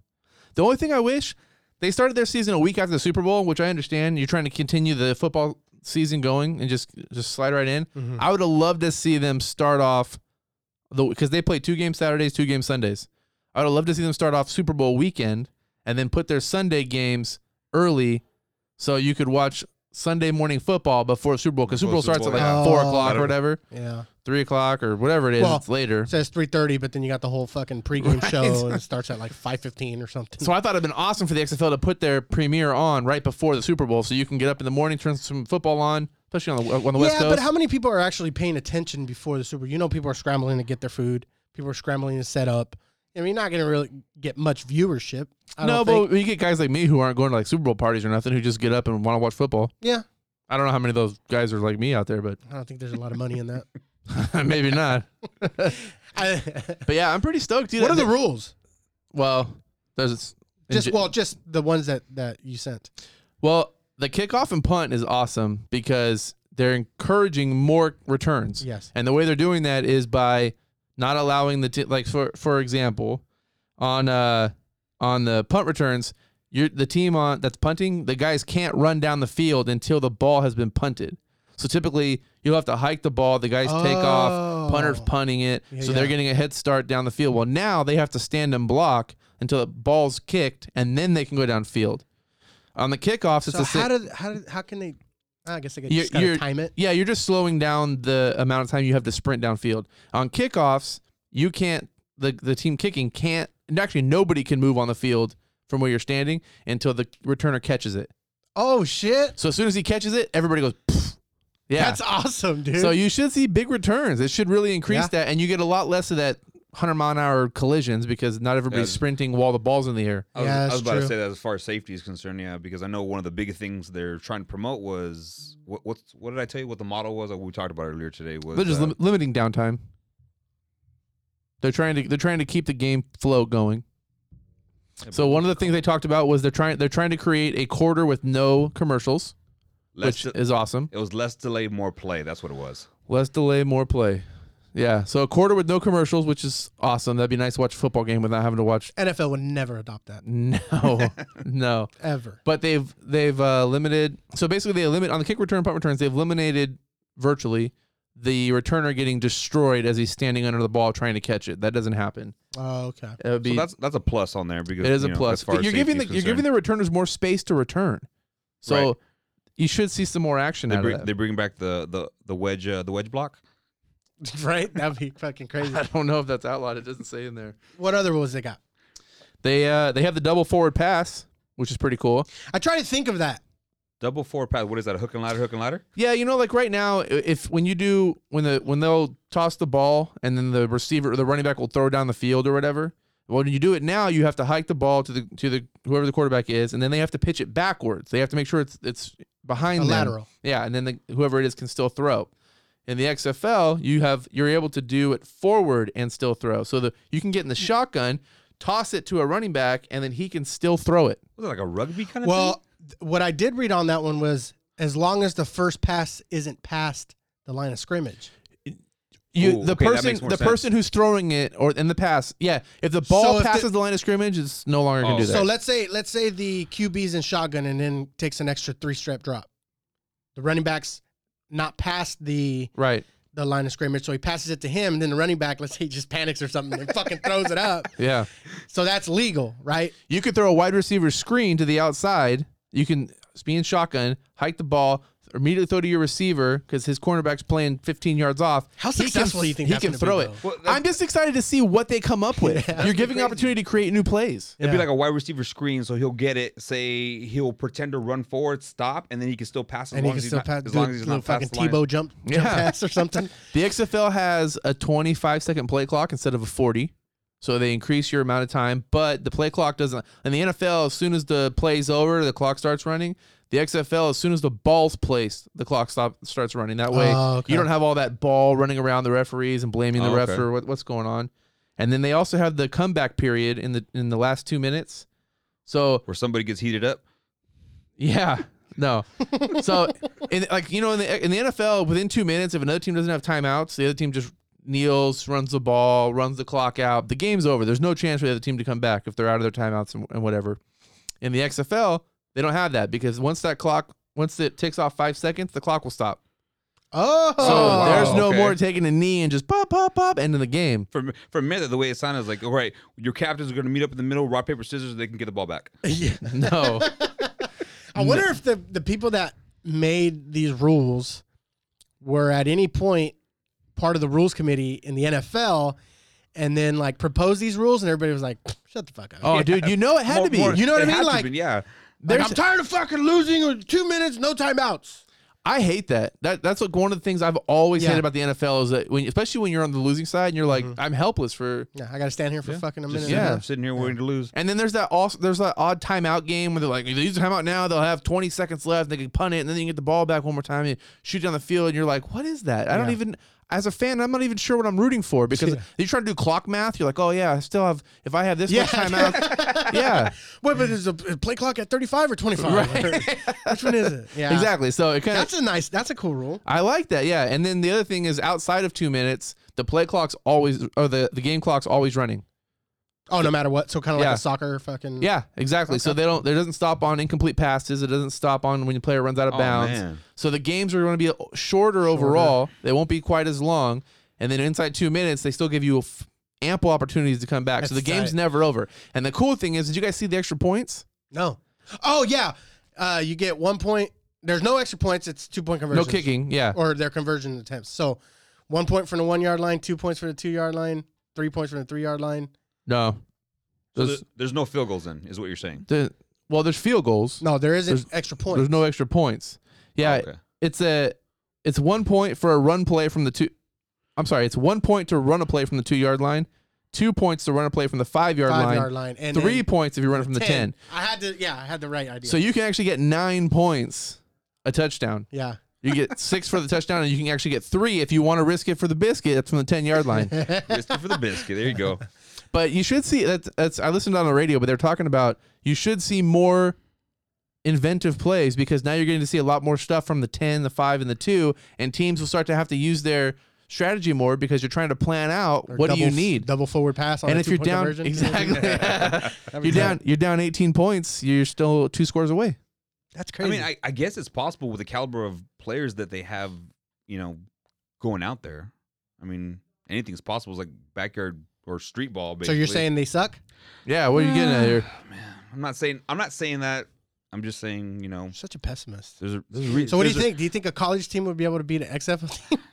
S3: The only thing I wish they started their season a week after the Super Bowl, which I understand. You're trying to continue the football season going and just just slide right in.
S2: Mm-hmm.
S3: I would have loved to see them start off the because they play two games Saturdays, two games Sundays. I would have loved to see them start off Super Bowl weekend and then put their Sunday games early so you could watch Sunday morning football before Super Bowl because Super
S4: Before
S3: Bowl
S4: Super
S3: starts
S4: Bowl,
S3: at like
S2: yeah.
S3: four
S2: Oh.
S3: o'clock or whatever,
S2: Yeah.
S3: three o'clock or whatever it is.
S2: Well,
S3: it's later.
S2: It says 3:30, but then you got the whole fucking pregame show and it starts at like 5:15 or something.
S3: So I thought it'd been awesome for the XFL to put their premiere on right before the Super Bowl, so you can get up in the morning, turn some football on, especially on the on the West
S2: yeah,
S3: Coast.
S2: but how many people are actually paying attention before the Super? You know, people are scrambling to get their food. People are scrambling to set up. I mean, you're not gonna really get much viewership. I
S3: no,
S2: don't think.
S3: but you get guys like me who aren't going to like Super Bowl parties or nothing, who just get up and want to watch football.
S2: yeah,
S3: I don't know how many of those guys are like me out there, but
S2: I don't think there's a lot of money in that.
S3: maybe not.
S2: I,
S3: But yeah, I'm pretty stoked, dude.
S2: what are the rules?
S3: well? There's
S2: Just
S3: in-
S2: well, just the ones that that you sent.
S3: well, the kickoff and punt is awesome because they're encouraging more returns.
S2: Yes.
S3: And the way they're doing that is by not allowing the t- like for for example, on uh on the punt returns, you're the team on that's punting, the guys can't run down the field until the ball has been punted. So typically you'll have to hike the ball, the guys take off, punter's
S2: Oh.
S3: punting it,
S2: Yeah,
S3: so they're
S2: yeah.
S3: getting a head start down the field. Well, now they have to stand and block until the ball's kicked and then they can go downfield. On the kickoffs, it's
S2: So
S3: the same.
S2: how did how did how can they? I guess they could
S3: You're-
S2: just gotta
S3: you're-
S2: time it.
S3: Yeah, you're just slowing down the amount of time you have to sprint downfield. On kickoffs, you can't the the team kicking can't and actually nobody can move on the field from where you're standing until the returner catches it.
S2: Oh shit,
S3: So as soon as he catches it, everybody goes. "Pff." Yeah.
S2: that's awesome, dude.
S3: so you should see big returns. It should really increase
S2: Yeah.
S3: that, and you get a lot less of that hundred mile an hour collisions because not everybody's
S4: Yeah.
S3: sprinting while the ball's in the air.
S4: I was,
S2: Yeah,
S4: I
S2: that's
S4: was about
S2: true.
S4: to say that as far as safety is concerned, yeah, because I know one of the biggest things they're trying to promote was what what's what did I tell you what the model was that we talked about earlier today was
S3: They're just
S4: uh,
S3: lim- limiting downtime. They're trying to they're trying to keep the game flow going. So one of the things they talked about was they're trying they're trying to create a quarter with no commercials,
S4: less
S3: which is awesome.
S4: it was less delay, more play. That's what it was.
S3: Less delay, more play. Yeah. So a quarter with no commercials, which is awesome. That'd be nice to watch a football game without having to watch.
S2: NFL would never adopt that
S3: No, no.
S2: ever.
S3: But they've they've uh, limited. So basically, they limit on the kick return, punt returns. They've eliminated virtually the returner getting destroyed as he's standing under the ball trying to catch it. That doesn't happen.
S2: Oh, okay.
S3: It would be
S4: So that's that's a plus on there because
S3: it is a
S4: you know,
S3: plus.
S4: As far as
S3: You're giving the
S4: safety
S3: you're
S4: is
S3: giving
S4: concerned.
S3: the returners more space to return. So
S4: Right.
S3: you should see some more action
S4: they
S3: out
S4: bring,
S3: of
S4: they
S3: that.
S4: bring back the the the wedge uh, the wedge block.
S2: right? That'd be fucking crazy.
S3: I don't know if that's outlawed. It doesn't say in there.
S2: What other rules they got?
S3: They uh they have the double forward pass, which is pretty cool.
S2: I try to think of that.
S4: Double forward pass. What is that? A hook and ladder, hook and ladder?
S3: Yeah, you know, like right now, i- if when you do when the when they'll toss the ball and then the receiver or the running back will throw down the field or whatever. Well, when you do it now, you have to hike the ball to the to the whoever the quarterback is, and then they have to pitch it backwards. They have to make sure it's it's behind
S2: A
S3: them.
S2: lateral.
S3: Yeah, and then the, whoever it is can still throw. In the XFL, you have you're able to do it forward and still throw. So the you can get in the shotgun, toss it to a running back, and then he can still throw it.
S4: Was it like a rugby kind of
S2: Well, th- what I did read on that one was as long as the first pass isn't past the line of scrimmage.
S3: You
S4: Ooh,
S3: the
S4: okay, that
S3: person
S4: makes more
S3: the
S4: sense.
S3: person who's throwing it or in the pass, yeah. If the ball
S2: So if the-
S3: passes the, line of scrimmage, it's no longer
S4: Oh.
S3: gonna do that.
S2: So let's say let's say the QB's in shotgun and then takes an extra three step drop. The running back's not past the
S3: right.
S2: the line of scrimmage, so he passes it to him, and then the running back, let's say, he just panics or something and fucking throws it up.
S3: Yeah.
S2: So that's legal, right?
S3: You could throw a wide receiver screen to the outside. You can be in shotgun, hike the ball, immediately throw to your receiver because his cornerback's playing 15 yards off.
S2: How
S3: He can-
S2: successful do you think
S3: he
S2: that's
S3: can
S2: gonna be,
S3: throw it?
S2: though?
S4: Well, that-
S3: I'm just excited to see what they come up with. You're giving
S4: crazy.
S3: opportunity to create new plays.
S4: It'd
S2: Yeah.
S4: be like a wide receiver screen, so he'll get it. Say he'll pretend to run forward, stop, and then he can still pass as
S2: And he
S4: long
S2: can
S4: as he's
S2: still
S4: not,
S2: pass,
S4: as
S2: do a
S4: long as he's
S2: little
S4: not
S2: fucking
S4: past the line.
S2: Tebow jump,
S3: Yeah.
S2: jump pass or something.
S3: The XFL has a 25 second play clock instead of a 40. So they increase your amount of time, but the play clock doesn't. In the NFL, as soon as the play's over, the clock starts running. The XFL, as soon as the ball's placed, the clock stop starts running. That way,
S2: Oh, okay.
S3: you don't have all that ball running around the referees and blaming the
S4: Oh,
S3: ref
S4: okay.
S3: for what, what's going on. And then they also have the comeback period in the in the last two minutes. So
S4: where somebody gets heated up.
S3: yeah. No. so, in, like you know, in the in the NFL, within two minutes, if another team doesn't have timeouts, the other team just kneels, runs the ball, runs the clock out. The game's over. There's no chance for the other team to come back if they're out of their timeouts and, and whatever. In the XFL, they don't have that because once that clock, once it takes off five seconds, the clock will stop.
S2: Oh,
S3: So
S4: wow.
S3: there's no
S4: Okay.
S3: more taking a knee and just pop, pop, pop, end of the game.
S4: For for a minute, the way it sounded is like, all right, your captains are going to meet up in the middle, rock paper scissors, they can get the ball back.
S3: No.
S2: I wonder if the, the people that made these rules were at any point part of the rules committee in the NFL and then like proposed these rules and everybody was like, shut the fuck up.
S3: oh, dude, you know it had to be.
S2: you know what I
S4: it
S2: mean?
S4: had to
S2: Like-
S4: be, yeah,
S2: Like,
S3: there's-
S2: I'm tired of fucking losing with two minutes, no timeouts.
S3: I hate that. That that's like one of the things I've always
S2: Yeah. Mm-hmm.
S3: hated about the NFL is that when especially when you're on the losing side and you're like I'm helpless for
S2: Yeah, I gotta stand here for fucking a minute. and
S4: just
S2: a
S4: sitting
S3: yeah.
S4: here-
S2: half.
S4: sitting here waiting to lose.
S3: and then there's that also there's that odd timeout game where they're like if they use a timeout now they'll have 20 seconds left they can punt it and then you can get the ball back one more time and shoot down the field and you're like what is that I don't
S2: Yeah.
S3: even as a fan I'm not even sure what I'm rooting for because you're trying to do clock math you're like oh yeah I still have if I have this much
S2: Yeah.
S3: timeout yeah
S2: Wait, but is the play clock at 35 or 25? Which one is it? Yeah.
S3: exactly so it kind of
S2: That's a nice, that's a cool rule.
S3: I like that, yeah. And then the other thing is outside of two minutes, the play clock's always or the, the game clock's always running.
S2: Oh, no matter what. So kind of
S3: Yeah.
S2: like a soccer fucking.
S3: Yeah, exactly. So they don't. It doesn't stop on incomplete passes. It doesn't stop on when the player runs out of
S4: Oh,
S3: bounds.
S4: man.
S3: So the games are going to be shorter overall. They won't be quite as long. And then inside two minutes, they still give you f- ample opportunities to come back. so the
S2: That's
S3: game's
S2: right.
S3: never over. And the cool thing is, did you guys see the extra points?
S2: No. Oh, yeah. Uh, you get one point. There's no extra points. It's two point
S3: No
S2: conversion.
S3: kicking. Yeah.
S2: or their conversion attempts. So one point from the one yard line, two points from the two yard line, three points from the three yard line.
S3: No.
S4: So
S3: There's,
S4: th- there's no field goals in, is what you're saying.
S3: the, well, there's field goals.
S2: No, there isn't extra
S3: There's
S2: point.
S3: no extra points. Yeah.
S4: Oh, okay.
S3: It's a. It's one point for a run play from the two. I'm sorry. It's one point to run a play from the two yard line. Two points to run a play from the five yard
S2: five
S3: line.
S2: yard line and
S3: three
S2: then
S3: points if you run it from the 10.
S2: I had to, yeah, I had the right idea.
S3: So you can actually get nine points a touchdown.
S2: yeah,
S3: You get six for the touchdown, and you can actually get three if you want to risk it for the biscuit. That's from the 10 yard line.
S4: Just for the biscuit. There you go.
S3: but you should see that. That's, I listened on the radio, but they're talking about you should see more inventive plays because now you're getting to see a lot more stuff from the 10, the 5, and the 2, and teams will start to have to use their strategy more because you're trying to plan out
S2: Or
S3: what do
S2: double
S3: you
S2: f-
S3: need.
S2: Double forward pass. On
S3: and
S2: a
S3: if you're
S2: two-point
S3: down
S2: conversion.
S3: exactly,
S2: That'd be
S3: you're
S2: great.
S3: down. You're down 18 points. You're still two scores away.
S2: That's crazy.
S4: I mean, I, I guess it's possible with the caliber of players that they have, you know, going out there. I mean, anything's possible. It's like backyard or street ball.
S2: so
S4: Basically.
S2: you're saying they suck?
S3: Yeah, what are you getting at here?
S4: Man, I'm not saying. I'm not saying that. I'm just saying. You know,
S2: You're such a pessimist.
S4: there's a. There's a re-
S2: So what do
S4: there's
S2: you think? Do you think a college team would be able to beat an XFL team?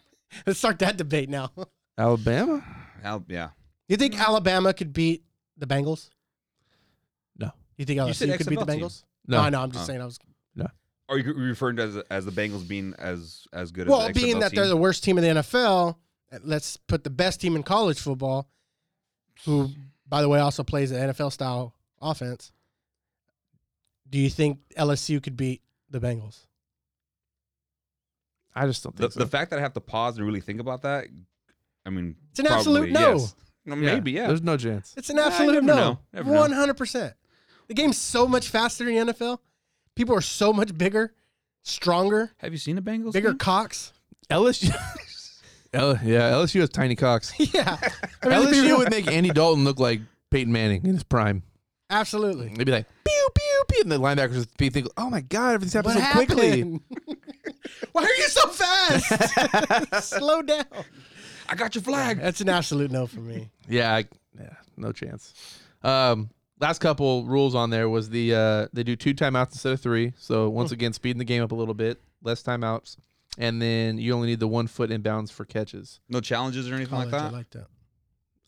S2: Let's start that debate now.
S3: Alabama?
S4: a- Al- yeah.
S2: You think
S4: Mm-hmm.
S2: Alabama could beat the Bengals?
S3: No.
S2: You think LSU
S4: said
S2: could beat the
S4: XFL team.
S2: Bengals?
S3: No,
S2: no, no, I'm just
S4: Oh.
S2: saying I was
S4: Are you referring to as, as the Bengals being as as good?
S2: Well,
S4: as the
S2: being
S4: XFL
S2: that
S4: team?
S2: they're the worst team in the NFL, uh, let's put the best team in college football, who, by the way, also plays an NFL style offense. Do you think LSU could beat the Bengals?
S3: I just don't
S4: the,
S3: think
S4: the
S3: so.
S4: fact that I have to pause and really think about that. I mean,
S2: It's an absolute no.
S4: yes. No, Maybe yeah.
S3: There's no chance.
S2: It's an
S4: Yeah, you
S2: absolute
S4: never
S2: no.
S4: know. Never know.
S2: One hundred percent. The game's so much faster in the NFL. People are so much bigger, stronger,
S4: Have you seen a Bengals?
S2: bigger
S4: team?
S2: cocks.
S3: LSU. L- yeah, LSU has tiny cocks.
S2: yeah, I mean, let's be
S3: LSU
S2: real.
S3: would make Andy Dalton look like Peyton Manning in his prime.
S2: absolutely.
S3: They'd be like, pew, pew, pew. And the linebackers would be thinking, oh my God, everything's happening
S2: What
S3: so quickly.
S2: happened? Why are you so fast? Slow down.
S4: I got your flag.
S2: That's an absolute no for me.
S3: Yeah, I, yeah, no chance. Um, last couple rules on there was the uh, they do two timeouts instead of three. So
S2: Hmm.
S3: once again, speeding the game up a little bit, less timeouts. And then you only need the one foot inbounds for catches.
S4: No challenges or anything like
S2: College, I
S4: that.
S2: like that.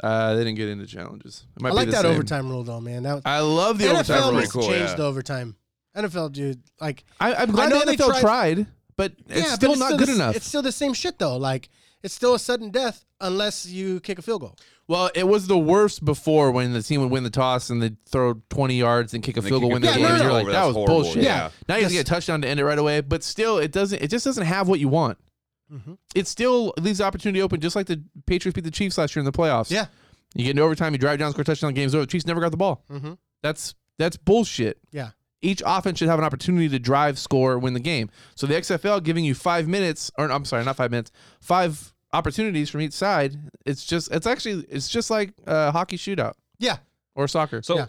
S3: Uh, they didn't get into challenges. It might
S2: I
S3: be
S2: like
S3: the
S2: that
S3: same.
S2: overtime rule though, man. That was,
S3: I love the
S2: NFL
S3: overtime rule.
S2: needs to
S4: Cool,
S2: change
S4: yeah.
S2: the overtime. NFL, dude, like
S3: I, I'm glad
S2: know
S3: the
S2: they
S3: NFL
S2: tried-
S3: tried, but it's
S2: yeah, but
S3: still not
S2: still
S3: good
S2: the s-
S3: enough.
S2: It's still the same shit though. Like it's still a sudden death unless you kick a field goal.
S3: Well, it was the worst before when the team would win the toss and they'd throw 20 yards and kick a
S4: And they
S3: field goal,
S4: kick
S3: win
S4: a
S3: the
S2: field
S3: game.
S2: goal.
S3: You're
S4: Yeah,
S3: like,
S4: that's
S3: that was
S4: horrible.
S3: bullshit.
S4: Yeah.
S3: Now you have to
S2: Yes.
S3: get a touchdown to end it right away, but still, it doesn't. It just doesn't have what you want.
S2: Mhm.
S3: It still leaves the opportunity open, just like the Patriots beat the Chiefs last year in the playoffs.
S2: Yeah.
S3: you get into overtime, you drive down, score a touchdown, game's over. The Chiefs never got the ball.
S2: Mm-hmm.
S3: That's that's bullshit.
S2: Yeah.
S3: Each offense should have an opportunity to drive, score, win the game. So the XFL giving you five minutes, or I'm sorry, not five minutes, five opportunities from each side. It's just, it's actually, it's just like a hockey shootout
S2: Yeah.
S3: or soccer.
S4: So,
S2: Yeah.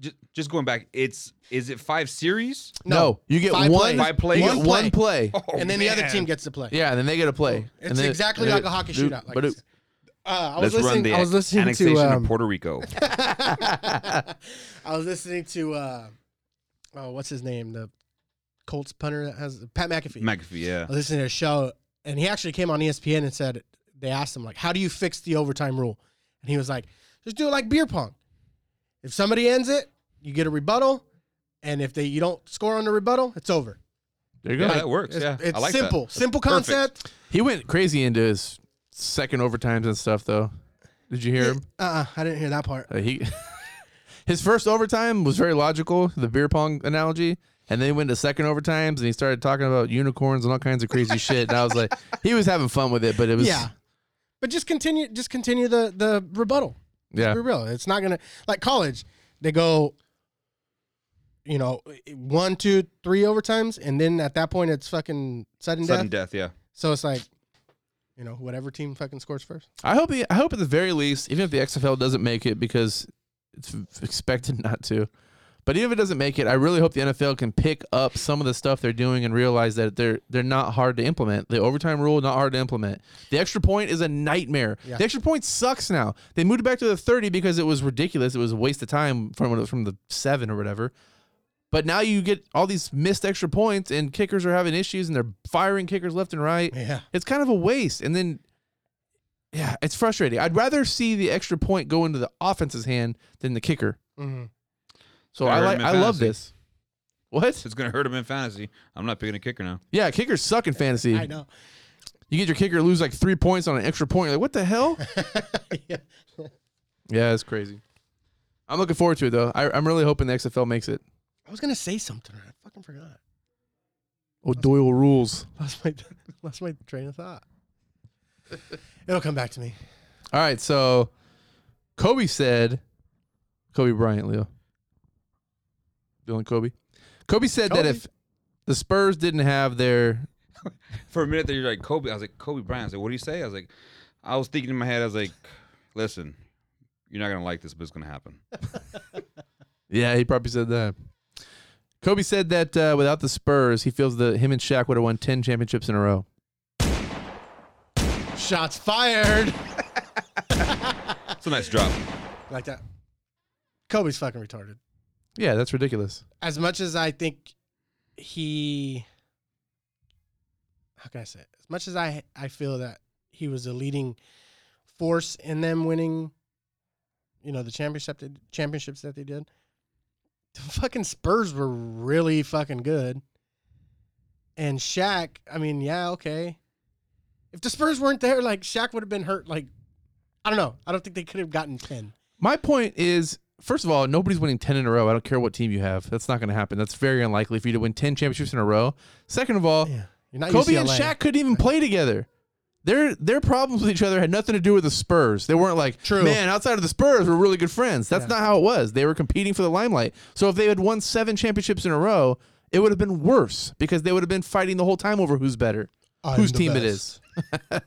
S4: ju- just going back, it's is it five series?
S3: no,
S2: No.
S3: you get
S2: Five
S3: one,
S2: plays.
S4: Five plays.
S3: you get
S2: One
S3: one play.
S4: Oh,
S2: and then the other
S4: man.
S2: team gets to play.
S3: Yeah, and then they get a play.
S2: It's
S3: And then-
S2: exactly
S3: and
S2: like
S3: then-
S2: a hockey
S3: Doop,
S2: shootout, like
S3: badoop.
S2: you said. Uh, I was
S4: Let's run
S2: listening.
S4: the
S2: I was listening
S4: annexation
S2: to.
S4: of
S2: Um,
S4: Puerto Rico.
S2: I was listening to. Uh, oh, what's his name? The Colts punter that has Pat McAfee.
S4: McAfee, yeah.
S2: I was listening to a show, and he actually came on E ESPN and said they asked him like, "How do you fix the overtime rule?" And he was like, "Just do it like beer pong. If somebody ends it, you get a rebuttal, and if they you don't score on the rebuttal, it's over.
S3: There you go.
S4: Yeah, that works.
S2: It's,
S4: yeah,
S2: it's
S4: I like that.
S2: simple, simple
S4: perfect.
S2: concept.
S3: He went crazy into his second overtimes and stuff, though. Did you hear him?
S2: Uh, uh I didn't hear that part.
S3: Uh, he his first overtime was very logical, the beer pong analogy, and then he went to second overtimes and he started talking about unicorns and all kinds of crazy shit. And I was like, he was having fun with it, but it was
S2: yeah, but just continue, just continue the the rebuttal.
S3: yeah.
S2: be real. It's not gonna like college. They go, you know, one, two, three overtimes, and then at that point, it's fucking sudden,
S4: Sudden
S2: death.
S4: death, yeah.
S2: So it's like, you know, whatever team fucking scores first.
S3: I hope the I hope at the very least, even if the XFL doesn't make it because it's expected not to. But even if it doesn't make it, I really hope the NFL can pick up some of the stuff they're doing and realize that they're they're not hard to implement. The overtime rule not hard to implement. The extra point is a nightmare.
S2: Yeah.
S3: The extra point sucks now. They moved it back to the 30 because it was ridiculous. It was a waste of time from from the 7 or whatever. But now you get all these missed extra points and kickers are having issues and they're firing kickers left and right
S2: Yeah,
S3: it's kind of a waste. And then, yeah, it's frustrating. I'd rather see the extra point go into the offense's hand than the kicker.
S2: hmm
S3: So
S4: Gonna
S3: I
S4: hurt
S3: like,
S4: him in
S3: I love
S4: fantasy.
S3: this. What?
S4: It's gonna hurt him in fantasy. I'm not picking a kicker now.
S3: Yeah, kickers suck in fantasy.
S2: I know.
S3: You get your kicker lose like three points on an extra point. You're like, what the hell?
S2: yeah.
S3: yeah, it's crazy. I'm looking forward to it though. I, I'm really hoping the XFL makes it.
S2: I was gonna say something, and I fucking forgot.
S3: Oh, Doyle rules.
S2: Lost my lost my train of thought. It'll come back to me.
S3: All right, so Kobe said, Kobe Bryant, Leo, Dylan Kobe. Kobe said
S2: Kobe.
S3: that if the Spurs didn't have their
S4: for a minute there, you're like Kobe. I was like Kobe Bryant. I was like, what do you say? I was like, I was thinking in my head. I was like, listen, you're not gonna like this, but it's gonna happen.
S3: Yeah, he probably said that. Kobe said that uh, without the Spurs, he feels that him and Shaq would have won 10 championships in a row.
S2: Shots fired.
S4: It's a nice drop.
S2: Like that. Kobe's fucking retarded.
S3: Yeah, that's ridiculous.
S2: As much as I think he, how can I say it? As much as I, I feel that he was a leading force in them winning, you know, the championship that- championships that they did. The fucking Spurs were really fucking good. And Shaq, I mean, yeah, okay. If the Spurs weren't there, like Shaq would have been hurt. Like, I don't know. I don't think they could have gotten ten.
S3: My point is, first of all, nobody's winning 10 in a row. I don't care what team you have. That's not going to happen. That's very unlikely for you to win 10 championships in a row. Second of all,
S2: Yeah, you're not
S3: Kobe and
S2: UCLA.
S3: Shaq couldn't even play together. Their their problems with each other had nothing to do with the Spurs. They weren't like,
S2: True.
S3: man, outside of the Spurs, we're really good friends. That's
S2: Yeah.
S3: not how it was. They were competing for the limelight. So if they had won seven championships in a row, it would have been worse because they would have been fighting the whole time over who's better, whose team it is.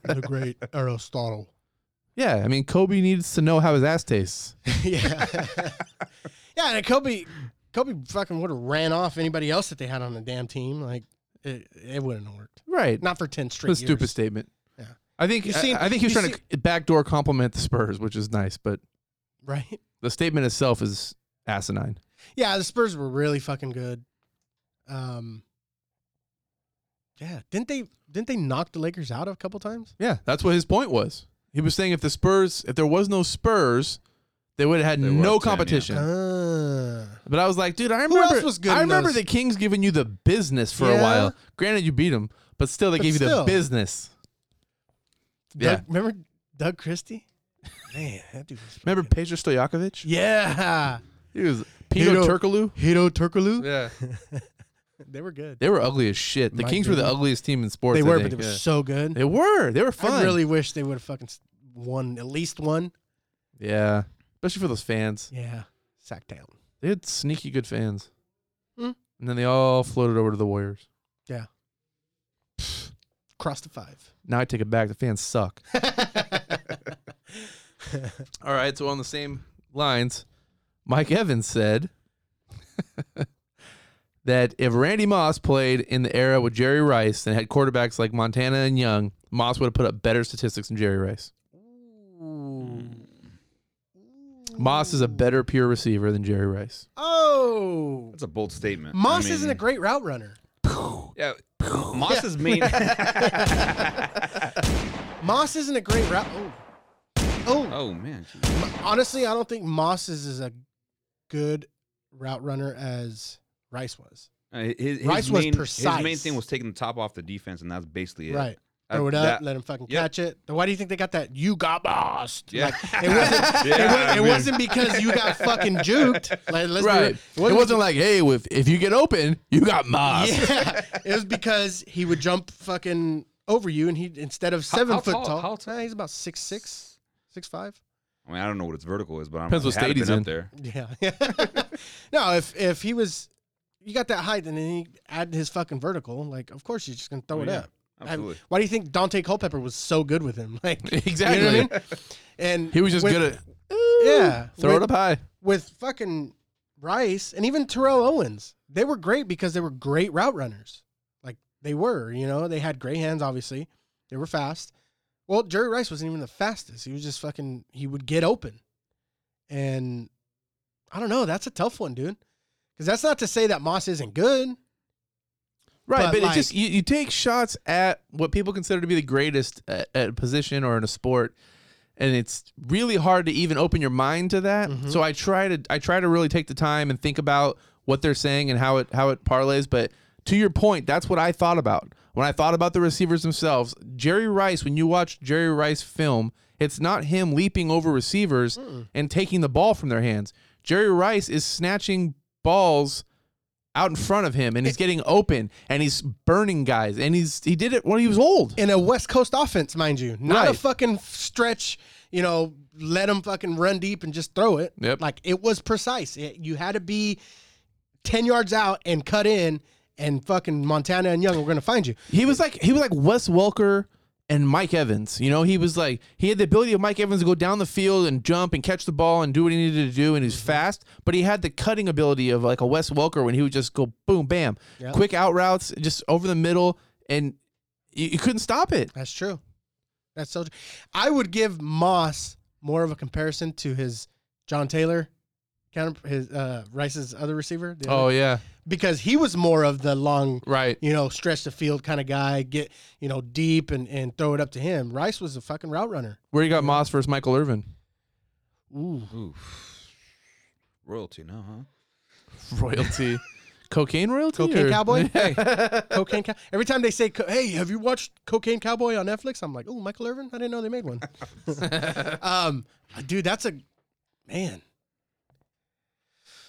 S2: the great Aristotle.
S3: Yeah, I mean, Kobe needs to know how his ass tastes.
S2: yeah, yeah, and Kobe, Kobe fucking would have ran off anybody else that they had on the damn team. Like it, it wouldn't have worked.
S3: Right.
S2: Not for ten straight.
S3: a
S2: years.
S3: stupid statement.
S2: Yeah.
S3: I think
S2: You
S3: I-
S2: seen-
S3: I, think he was
S2: you
S3: trying to backdoor compliment the Spurs, which is nice, but
S2: right?
S3: the statement itself is asinine.
S2: Yeah, the Spurs were really fucking good. Um, yeah, didn't they? Didn't they knock the Lakers out a couple times?
S3: Yeah, that's what his point was. He was saying if the Spurs, if there was no Spurs, they would have had
S4: They would
S3: no
S4: have 10, yeah.
S3: competition.
S2: Uh,
S3: But I was like, dude, I
S2: Who
S3: remember.
S2: else was good
S3: I
S2: in
S3: remember
S2: those?
S3: the Kings giving you the business for
S2: Yeah.
S3: a while. Granted, you beat them, but still, they
S2: But
S3: gave you the
S2: still.
S3: business. Yeah.
S2: Doug, remember Doug Christie? Man, that dude. Was
S3: Remember Pedro Stojakovic?
S2: yeah,
S3: He was Pino
S2: Hito-
S3: Turkoglu.
S2: Hito Turkoglu.
S3: Yeah,
S2: They were good.
S3: they were ugly as shit. The
S2: Might
S3: Kings
S2: be.
S3: were the ugliest team in sports.
S2: They
S3: I
S2: were,
S3: think.
S2: but they were
S3: Yeah.
S2: so good.
S3: They were. They were
S2: I
S3: fun.
S2: really wish they would have fucking s- won at least one.
S3: Yeah, especially for those fans.
S2: Yeah, Sacktown.
S3: They had sneaky good fans.
S2: Hmm.
S3: And then they all floated over to the Warriors.
S2: Cross the five.
S3: Now I take it back. The fans suck. All right, so on the same lines, Mike Evans said that if Randy Moss played in the era with Jerry Rice and had quarterbacks like Montana and Young, Moss would have put up better statistics than Jerry Rice. Moss is a better pure receiver than Jerry Rice.
S2: Oh,
S4: That's a bold statement.
S2: Moss
S4: I mean,
S2: isn't a great route runner.
S4: Yeah, Moss is mean.
S2: Moss isn't a great route. Oh, oh.
S4: oh man,
S2: Honestly, I don't think Moss is as a good route runner as Rice was.
S4: Uh, his, his
S2: Rice was
S4: main, His main
S2: precise.
S4: thing was taking the top off the defense, and that's basically it.
S2: Right.
S4: That-
S2: Throw it up,
S4: that-
S2: let him fucking
S4: Uh, Yep.
S2: catch it. Then why do you think they got that? You got bossed.
S4: Yeah.
S2: Like, it wasn't, it,
S4: Yeah,
S2: wa-
S4: I
S2: it
S4: mean-
S2: wasn't because you got fucking juked. Like, let's be real.
S3: Right. It wasn't, like, hey, if, if you get open, you got Moss.
S2: Yeah, it was because he would jump fucking over you, and he instead of seven
S4: how
S2: foot
S4: tall-
S2: tall,
S4: how tall?
S2: eh, he's about six six, six five.
S4: I mean, I don't know what its vertical is, but I'm
S3: Depends what
S4: had it
S3: state he's
S4: been
S3: in.
S4: up there.
S2: Yeah. no, if if he was, you got that height, and then he add his fucking vertical. Like, of course, you're just gonna throw
S4: Oh,
S2: it
S4: yeah.
S2: up. I-
S4: Absolutely.
S2: why do you think Dante Culpepper was so good with him? Like,
S3: Exactly.
S2: You know what I mean? And
S3: He was just
S2: with-
S3: good at
S2: yeah.
S3: throw
S2: with,
S3: it up high.
S2: with fucking Rice and even Terrell Owens, they were great because they were great route runners. Like they were, you know, they had great hands, obviously. They were fast. Well, Jerry Rice wasn't even the fastest. He was just fucking, he would get open. And I don't know. That's a tough one, dude. Because that's not to say that Moss isn't good.
S3: Right,
S2: But,
S3: but,
S2: like-
S3: it's just you, you take shots at what people consider to be the greatest at, at a position or in a sport, and it's really hard to even open your mind to that.
S2: Mhm.
S3: So I try to I try to really take the time and think about what they're saying and how it how it parlays. But to your point, that's what I thought about when I thought about the receivers themselves. Jerry Rice, when you watch Jerry Rice film, it's not him leaping over receivers and taking the ball from their hands. Jerry Rice is snatching balls out in front of him and he's getting open and he's burning guys and he's he did it when he was old.
S2: In a West Coast offense, mind you, not a
S3: Right.
S2: fucking stretch, you know, let him fucking run deep and just throw it.
S3: Yep.
S2: Like it was precise. It, you had to be 10 yards out and cut in and fucking Montana and Young, we're gonna find you.
S3: He was like he was like Wes Welker and Mike Evans. You know, he was like he had the ability of Mike Evans to go down the field and jump and catch the ball and do what he needed to do, and
S2: Mm-hmm.
S3: he's fast. But he had the cutting ability of like a Wes Welker when he would just go boom, bam,
S2: Yeah.
S3: quick out routes, just over the middle, and you, you couldn't stop it.
S2: That's true. That's so. True. I would give Moss more of a comparison to his John Taylor counter, his uh, Rice's other receiver. the
S3: Oh
S2: other-
S3: yeah,
S2: because he was more of the long,
S3: right.
S2: you know, stretch the field kind of guy, get you know deep and and throw it up to him. Rice was a fucking route runner.
S3: Where you got Moss versus Michael Irvin?
S2: Ooh,
S4: Oof. Royalty now, huh?
S3: Royalty, cocaine royalty,
S2: Cocaine
S3: or-
S2: Cowboy. Hey, Cocaine Cow. Every time they say, co- "Hey, have you watched Cocaine Cowboy on Netflix?" I'm like, "Oh, Michael Irvin. I didn't know they made one." um, dude, that's a man.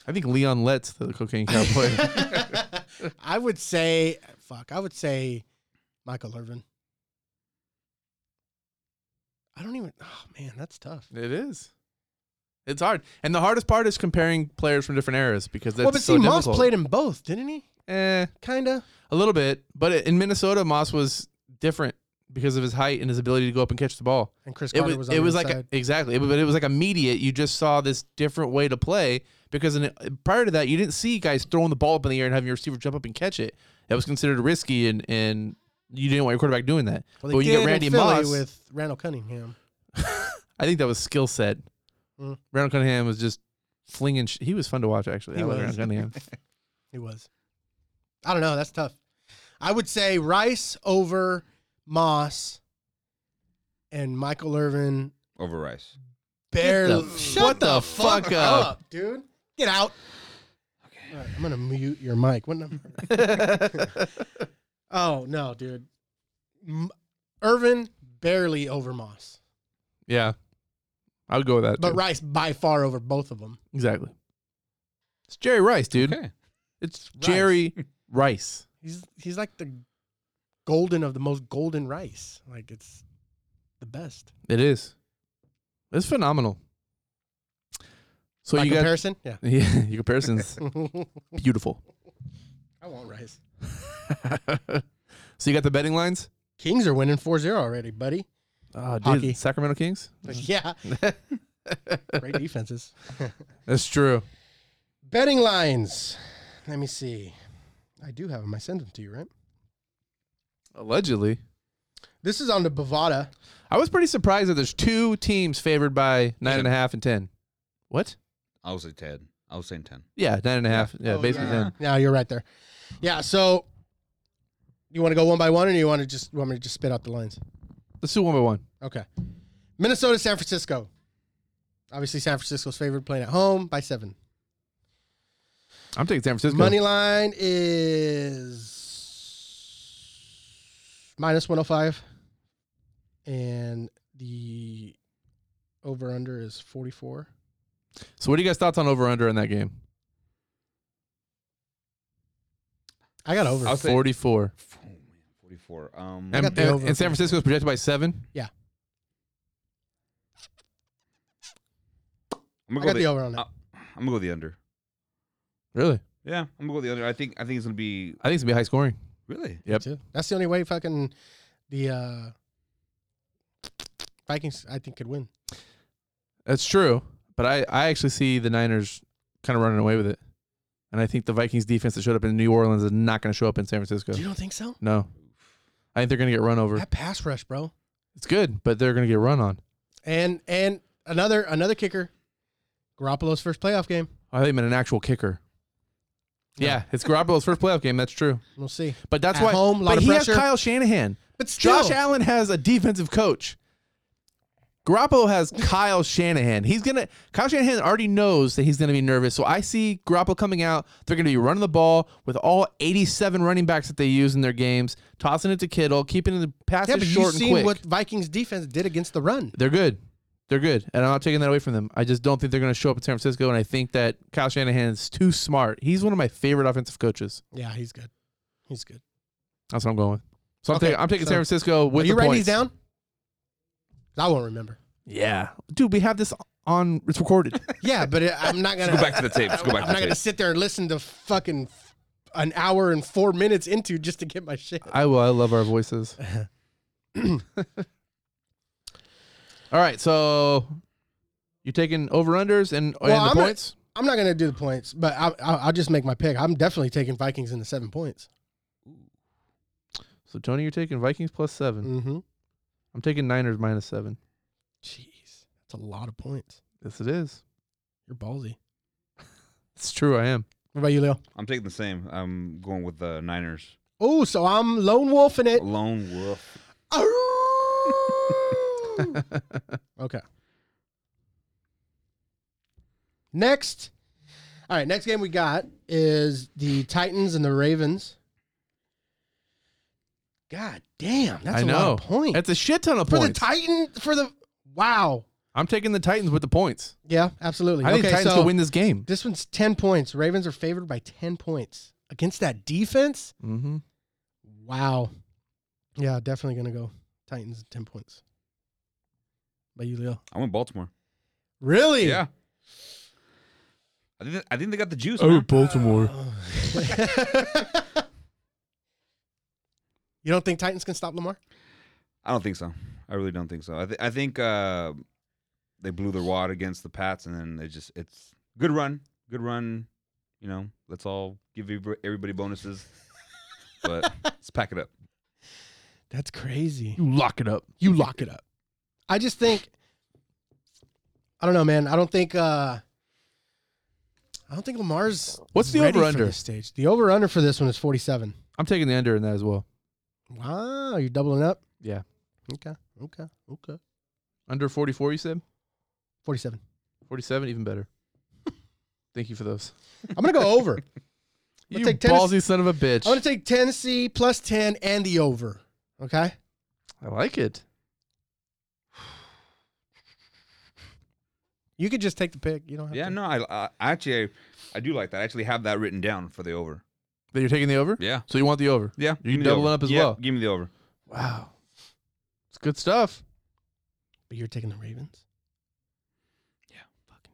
S3: I think Leon Letts the cocaine cowboy.
S2: I would say, fuck, I would say Michael Irvin. I don't even, oh man, that's tough.
S3: it is. It's hard, and the hardest part is comparing players from different eras because that's
S2: well, but
S3: so
S2: see,
S3: difficult.
S2: Moss played in both, didn't he?
S3: Eh,
S2: Kinda.
S3: a little bit, but in Minnesota, Moss was different because of his height and his ability to go up and catch the ball.
S2: And Chris
S3: It
S2: Carter
S3: was,
S2: was, on
S3: it
S2: the
S3: was like
S2: inside.
S3: a, exactly, it, was- but it was like immediate. You just saw this different way to play because in, prior to that, you didn't see guys throwing the ball up in the air and having your receiver jump up and catch it. That was considered risky, and and you didn't want your quarterback doing that.
S2: well,
S3: but
S2: they
S3: when you
S2: did
S3: get
S2: in
S3: Randy
S2: Philly
S3: Moss,
S2: with Randall Cunningham.
S3: I think that was skill set.
S2: Mm.
S3: Randall Cunningham was just flinging. Sh- he was fun to watch actually.
S2: He
S3: I like
S2: was.
S3: Randall Cunningham.
S2: He was. I don't know. That's tough. I would say Rice over Moss and Michael Irvin
S4: Over rice.
S2: barely.
S3: Get the- shut the fuck up.
S2: dude. Get out. All right, I'm gonna mute your mic. What number? oh no, dude. M- Irvin barely over Moss,
S3: yeah, I would go with that.
S2: but
S3: too.
S2: Rice by far over both of them.
S3: Exactly. It's Jerry Rice, dude.
S4: Okay.
S3: It's Jerry Rice.
S2: He's he's like the golden of the most golden rice. Like it's the best.
S3: It is. It's phenomenal. So
S2: By
S3: you
S2: comparison,
S3: got yeah, your comparison's
S2: yeah.
S3: beautiful.
S2: I want rice.
S3: so you got the betting lines?
S2: Kings are winning 4-0 already, buddy.
S3: Oh, dude,
S2: Hockey.
S3: Sacramento Kings?
S2: Yeah, great defenses.
S3: That's true.
S2: Betting lines. Let me see. I do have them. I sent them to you, right?
S3: Allegedly.
S2: This is on the Bovada.
S3: I was pretty surprised that there's two teams favored by nine and a half and ten. What?
S4: I was say ten. I was saying ten.
S3: Yeah, nine and a half. Yeah, basically
S2: Oh, yeah.
S3: ten.
S2: No, you're right there. Yeah. So, you want to go one by one, or do you want to just want me to just spit out the lines?
S3: Let's do one by one.
S2: Okay. Minnesota, San Francisco. Obviously, San Francisco's favored, playing at home by seven.
S3: I'm taking San Francisco.
S2: Money line is minus 105. And the over under is 44.
S3: So what do you guys thoughts on over under in that game?
S2: I got over.
S4: I'll say-
S3: Forty four.
S4: Oh man, forty four. Um
S2: I
S3: And,
S2: got the
S3: and-
S2: over.
S3: and San Francisco is projected by seven.
S4: I'm
S2: I
S4: gonna
S2: got
S4: go
S2: the
S4: the,
S2: over on that.
S4: uh, I'm gonna go the under.
S3: Really?
S4: Yeah, I'm gonna go the under. I think I think it's gonna be
S3: I think it's gonna be high scoring.
S4: really
S3: Yep.
S2: too. That's the only way fucking the uh, Vikings, I think, could win.
S3: That's true. But I, I actually see the Niners kind of running away with it. And I think the Vikings defense that showed up in New Orleans is not gonna show up in San Francisco.
S2: You don't think so?
S3: No. I think they're gonna get run over.
S2: That pass rush, bro.
S3: It's good, but they're gonna get run on.
S2: And and another another kicker, Garoppolo's first playoff game.
S3: I think meant an actual kicker.
S2: No.
S3: Yeah, it's Garoppolo's first playoff game. That's true.
S2: We'll see.
S3: But that's
S2: At
S3: why.
S2: home, lot
S3: but
S2: of
S3: he
S2: pressure.
S3: has Kyle Shanahan.
S2: But still,
S3: Josh Allen has a defensive coach. Garoppolo has Kyle Shanahan. He's gonna Kyle Shanahan already knows that he's gonna be nervous. So I see Garoppolo coming out. They're gonna be running the ball with all 87 running backs that they use in their games, tossing it to Kittle, keeping the passes
S2: yeah, but
S3: short
S2: you've
S3: and
S2: seen
S3: quick.
S2: what Vikings defense did against the run.
S3: they're good. They're good, and I'm not taking that away from them. I just don't think they're gonna show up in San Francisco. And I think that Kyle Shanahan is too smart. He's one of my favorite offensive coaches.
S2: Yeah, he's good. He's good.
S3: That's what I'm going with. So I'm
S2: Okay,
S3: taking I'm taking
S2: so-
S3: San Francisco with
S2: Are you
S3: the
S2: writing
S3: points.
S2: these down? I won't remember.
S3: Yeah, dude, we have this on. It's recorded.
S2: Yeah, but it, I'm not gonna
S4: Let's go back to the tape. Let's go back
S2: I'm
S4: to
S2: not
S4: the
S2: gonna
S4: tape.
S2: sit there and listen to fucking an hour and four minutes into just to get my shit.
S3: I will. I love our voices. All right, so you're taking over unders and,
S2: Well,
S3: and the
S2: I'm not-
S3: points.
S2: I'm not gonna do the points, but I, I, I'll just make my pick. I'm definitely taking Vikings in the seven points.
S3: so Tony, you're taking Vikings plus seven.
S2: Mm-hmm.
S3: I'm taking Niners minus seven.
S2: Jeez, that's a lot of points.
S3: Yes, it is.
S2: You're ballsy.
S3: It's true. I am.
S2: What about you, Leo?
S4: I'm taking the same. I'm going with the Niners.
S2: Oh, so I'm lone wolfing it.
S4: Lone Wolf.
S2: Arrgh. okay. Next. All right, next game we got is the Titans and the Ravens. God damn, that's
S3: I
S2: a
S3: know.
S2: lot of points.
S3: That's a shit ton of
S2: for the
S3: points.
S2: Titan for the wow.
S3: I'm taking the Titans with the points.
S2: Yeah, absolutely.
S3: I think
S2: okay,
S3: Titans
S2: so
S3: could win this game.
S2: this one's 10 points. Ravens are favored by 10 points against that defense.
S3: Mm-hmm.
S2: Wow. Yeah, definitely going to go Titans 10 points. By you, Leo.
S4: I went Baltimore.
S2: Really?
S4: Yeah. I think I think they got the juice.
S3: Oh,
S4: man.
S3: Baltimore.
S2: you don't think Titans can stop Lamar?
S4: I don't think so. I really don't think so. I, th- I think uh, they blew their wad against the Pats, and then they just it's good run, good run. You know, let's all give ev- everybody bonuses, but let's pack it up.
S2: That's crazy.
S3: You lock it up.
S2: You lock it up. I just think I don't know, man. I don't think uh I don't think Lamar's
S3: What's the
S2: ready for
S3: over-under?
S2: this stage. The over under for this one is 47.
S3: I'm taking the under in that as well.
S2: Wow, you're doubling up?
S3: Yeah.
S2: Okay. Okay. Okay.
S3: Under 44, you said?
S2: 47.
S3: 47, even better. Thank you for those.
S2: I'm going to go over. I'll
S3: you
S2: take Tennessee-
S3: ballsy son of a bitch.
S2: I'm going to take Tennessee plus 10 and the over. Okay?
S3: I like it.
S2: You could just take the pick. You don't have
S4: Yeah,
S2: to.
S4: no, I, I I actually I do like that. I actually have that written down for the over.
S3: Then you're taking the over?
S4: Yeah,
S3: So you want the over?
S4: yeah.
S3: You
S4: give me the
S3: doubling
S4: over.
S3: up as
S4: Yeah,
S3: well.
S4: Give me the over.
S3: Wow. It's good stuff.
S2: But you're taking the Ravens? Yeah. Fucking